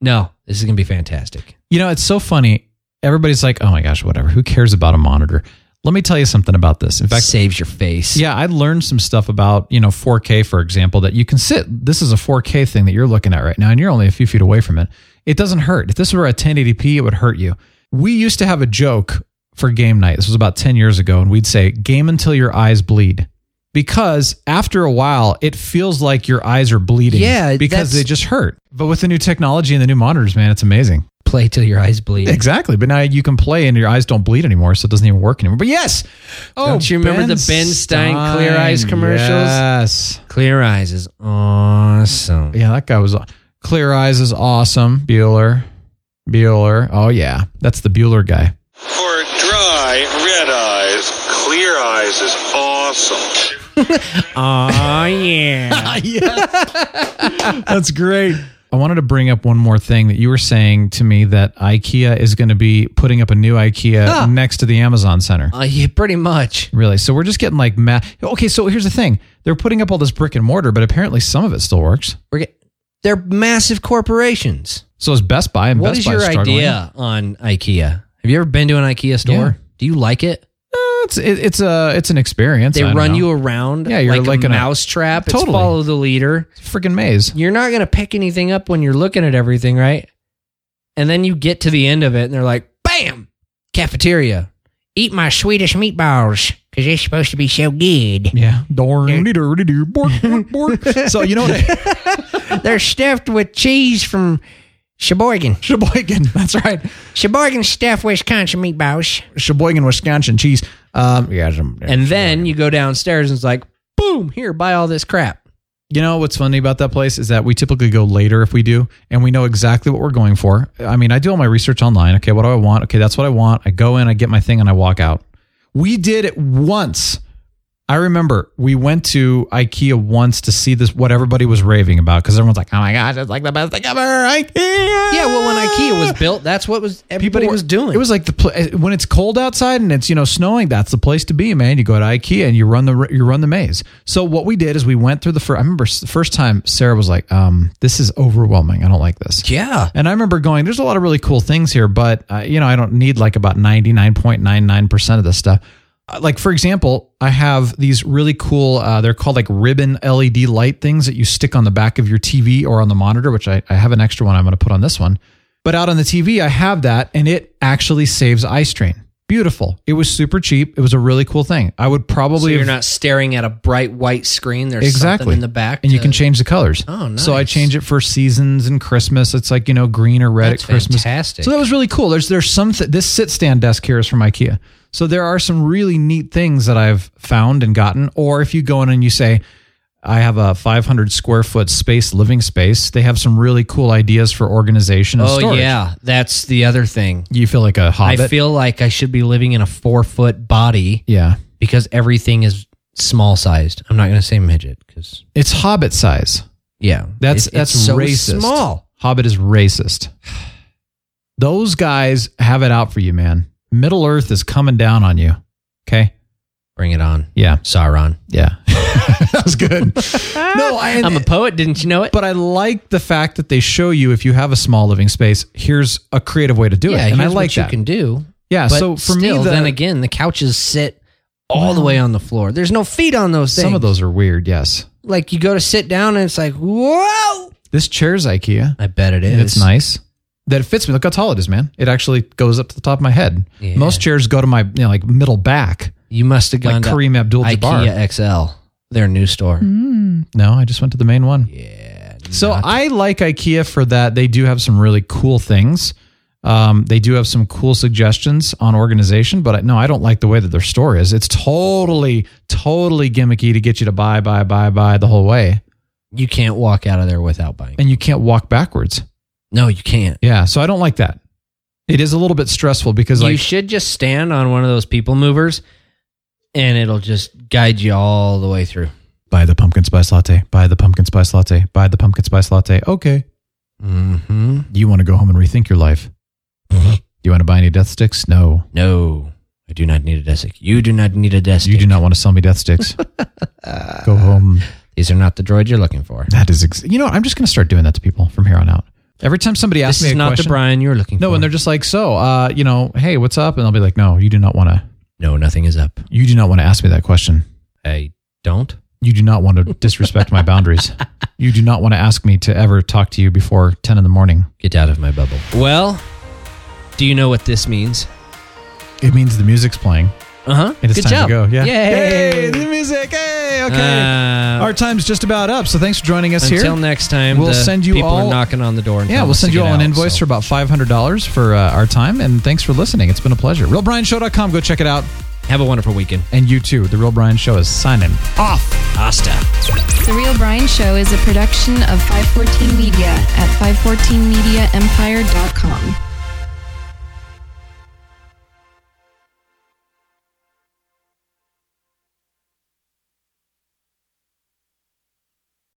No, this is going to be fantastic.
You know, it's so funny. Everybody's like, oh my gosh, whatever. Who cares about a monitor? Let me tell you something about this. In fact,
saves your face.
yeah, I learned some stuff about, you know, 4K, for example, that you can sit. This is a 4K thing that you're looking at right now, and you're only a few feet away from it. It doesn't hurt. If this were a 1080p, it would hurt you. We used to have a joke for game night. This was about 10 years ago, and we'd say, game until your eyes bleed. Because after a while, it feels like your eyes are bleeding.
Yeah,
Because
that's-
they just hurt. But with the new technology and the new monitors, man, it's amazing.
Play till your eyes bleed.
Exactly, but now you can play and your eyes don't bleed anymore, so it doesn't even work anymore. But yes, oh,
Don't you remember the Ben Stein Clear Eyes commercials?
Yes,
Clear eyes is awesome.
yeah, that guy was Clear Eyes is awesome. Bueller, Bueller, oh yeah, that's the Bueller guy.
For dry, red eyes, clear eyes is awesome.
Oh yeah.
That's great. I wanted to bring up one more thing that you were saying to me that IKEA is going to be putting up a new IKEA next to the Amazon Center.
Uh, yeah, pretty much.
Really? So we're just getting like ma- okay. So here's the thing: they're putting up all this brick and mortar, but apparently some of it still works.
We're get- they're massive corporations.
So is Best Buy and
What
Best
is
Buy
your
struggling.
idea on IKEA? Have you ever been to an IKEA store?
Yeah.
Do you like it?
Uh, it's it, it's a it's an experience.
They
I don't
run
know.
you around
Yeah, you're
like
like
a
in a-
mouse trap. It's
Totally.
follow the leader.
It's a freaking maze.
You're not going to pick anything up when you're looking at everything, right? And then you get to the end of it and they're like, bam, cafeteria. Eat my Swedish meatballs because they're supposed to be so good.
Yeah. Dorn-dee-dor-dee-dor, bork, bork, bork. so you know what? I-
They're stuffed with cheese from Sheboygan.
Sheboygan. That's right.
Sheboygan stuffed Wisconsin meatballs.
Sheboygan, Wisconsin cheese. Um, yeah. some-
And then you go downstairs and it's like, boom, here, buy all this crap.
You know what's funny about that place is that we typically go later if we do, and we know exactly what we're going for. I mean, I do all my research online. Okay, what do I want? Okay, that's what I want. I go in, I get my thing, and I walk out. We did it once. I remember we went to IKEA once to see this what everybody was raving about because everyone's like, "Oh my gosh, it's like the best thing ever!" IKEA.
Yeah, well, when IKEA was built, that's what was everybody
were-
was doing.
It was like the pla- uh, when it's cold outside and it's you know snowing. That's the place to be, man. You go to IKEA and you run the you run the maze. So what we did is we went through the first. I remember s- the first time Sarah was like, um, "This is overwhelming. I don't like this."
yeah.
And I remember going, "There's a lot of really cool things here, but uh, you know I don't need like about ninety nine point nine nine percent of this stuff." Uh, Like for example, I have these really cool. Uh, they're called like ribbon LED light things that you stick on the back of your TV or on the monitor. Which I, I have an extra one. I'm going to put on this one. But out on the TV, I have that, and it actually saves eye strain. Beautiful. It was super cheap. It was a really cool thing. I would probably
So you're
have-
not staring at a bright white screen. There's
exactly
something in the back,
and you
to-
can change the colors.
Oh,
So I
nice.
change it for seasons and Christmas. It's like you know green or red
That's
at Christmas.
fantastic.
So that was really cool. There's there's some th- this sit stand desk here is from IKEA. So there are some really neat things that I've found and gotten. Or if you go in and you say, I have a 500 square foot space, living space. They have some really cool ideas for organization. And
Oh
storage.
yeah, that's the other thing.
you feel like a hobbit.
I feel like I should be living in a four foot body
Yeah.
because everything is small sized. I'm not going to say midget because
It's hobbit size.
yeah,
That's
it-
that's
it's so
racist.
Small.
Hobbit is racist. Those guys have it out for you, man. Middle Earth is coming down on you. Okay?
Bring it on,
Yeah.
Sauron.
Yeah. that was good. no, I
I'm a poet. Didn't you know it?
but I like the fact that they show you if you have a small living space, here's a creative way to do
yeah,
it. And I
here's
like
what
that.
you can do.
yeah,
But
so for
still,
me the,
then again, the couches sit all the way on the floor. There's no feet on those things.
some of those are weird, yes.
like you go to sit down and it's like whoa.
This chair's IKEA.
I bet it
and
is.
it's nice that it fits me. Look how tall it is, man. It actually goes up to the top of my head.
Yeah.
Most chairs go to my you know, like middle back.
You must have gone
Like Kareem
to
Abdul-Jabbar.
IKEA XL, their new store.
No, I just went to the main one. Yeah. So I like IKEA for that. They do have some really cool things. Um, they do have some cool suggestions on organization, but I, no, I don't like the way that their store is. It's totally, totally gimmicky to get you to buy, buy, buy, buy the whole way,
You can't walk out of there without buying.
and you can't walk backwards.
No, you can't.
Yeah, so I don't like that. It is a little bit stressful because
you
like
should just stand on one of those people movers, and it'll just guide you all the way through.
buy the pumpkin spice latte, buy the pumpkin spice latte, buy the pumpkin spice latte. Okay,
Mm-hmm.
you want to go home and rethink your life. you want to buy any death sticks? No.
No, I do not need a desk. You do not need a desk.
You do not want to sell me death sticks. Go home.
These are not the droid you're looking for.
That is, ex- you know, what? I'm just going to start doing that to people from here on out. Every time somebody asks
This
me
is
a
not
question,
the Brian you're looking for.
no, and they're just like, so, uh, you know, hey, what's up? And I'll be like, no, you do not want to.
no, nothing is up.
You do not want to ask me that question.
I don't.
You do not want to disrespect my boundaries. You do not want to ask me to ever talk to you before ten in the morning.
Get out of my bubble. Well, do you know what this means?
It means the music's playing.
Uh huh.
It is
Good
time
job.
to go. Yeah.
Yay.
Yay, the music. Hey. Okay.
Uh,
Our time's just about up. So thanks for joining us here.
Until next time,
We'll
the
send you
people
all-
are knocking on the door. And
Yeah,
telling
we'll
us to
send you
get
all an
out,
invoice
so-
for about $500 for uh, our time. And thanks for listening. It's been a pleasure. RealBrianShow.com. Go check it out.
Have a wonderful weekend.
And you too. The Real Brian Show is signing
Hasta.
The Real Brian Show is a production of 514 Media at 514mediaempire.com.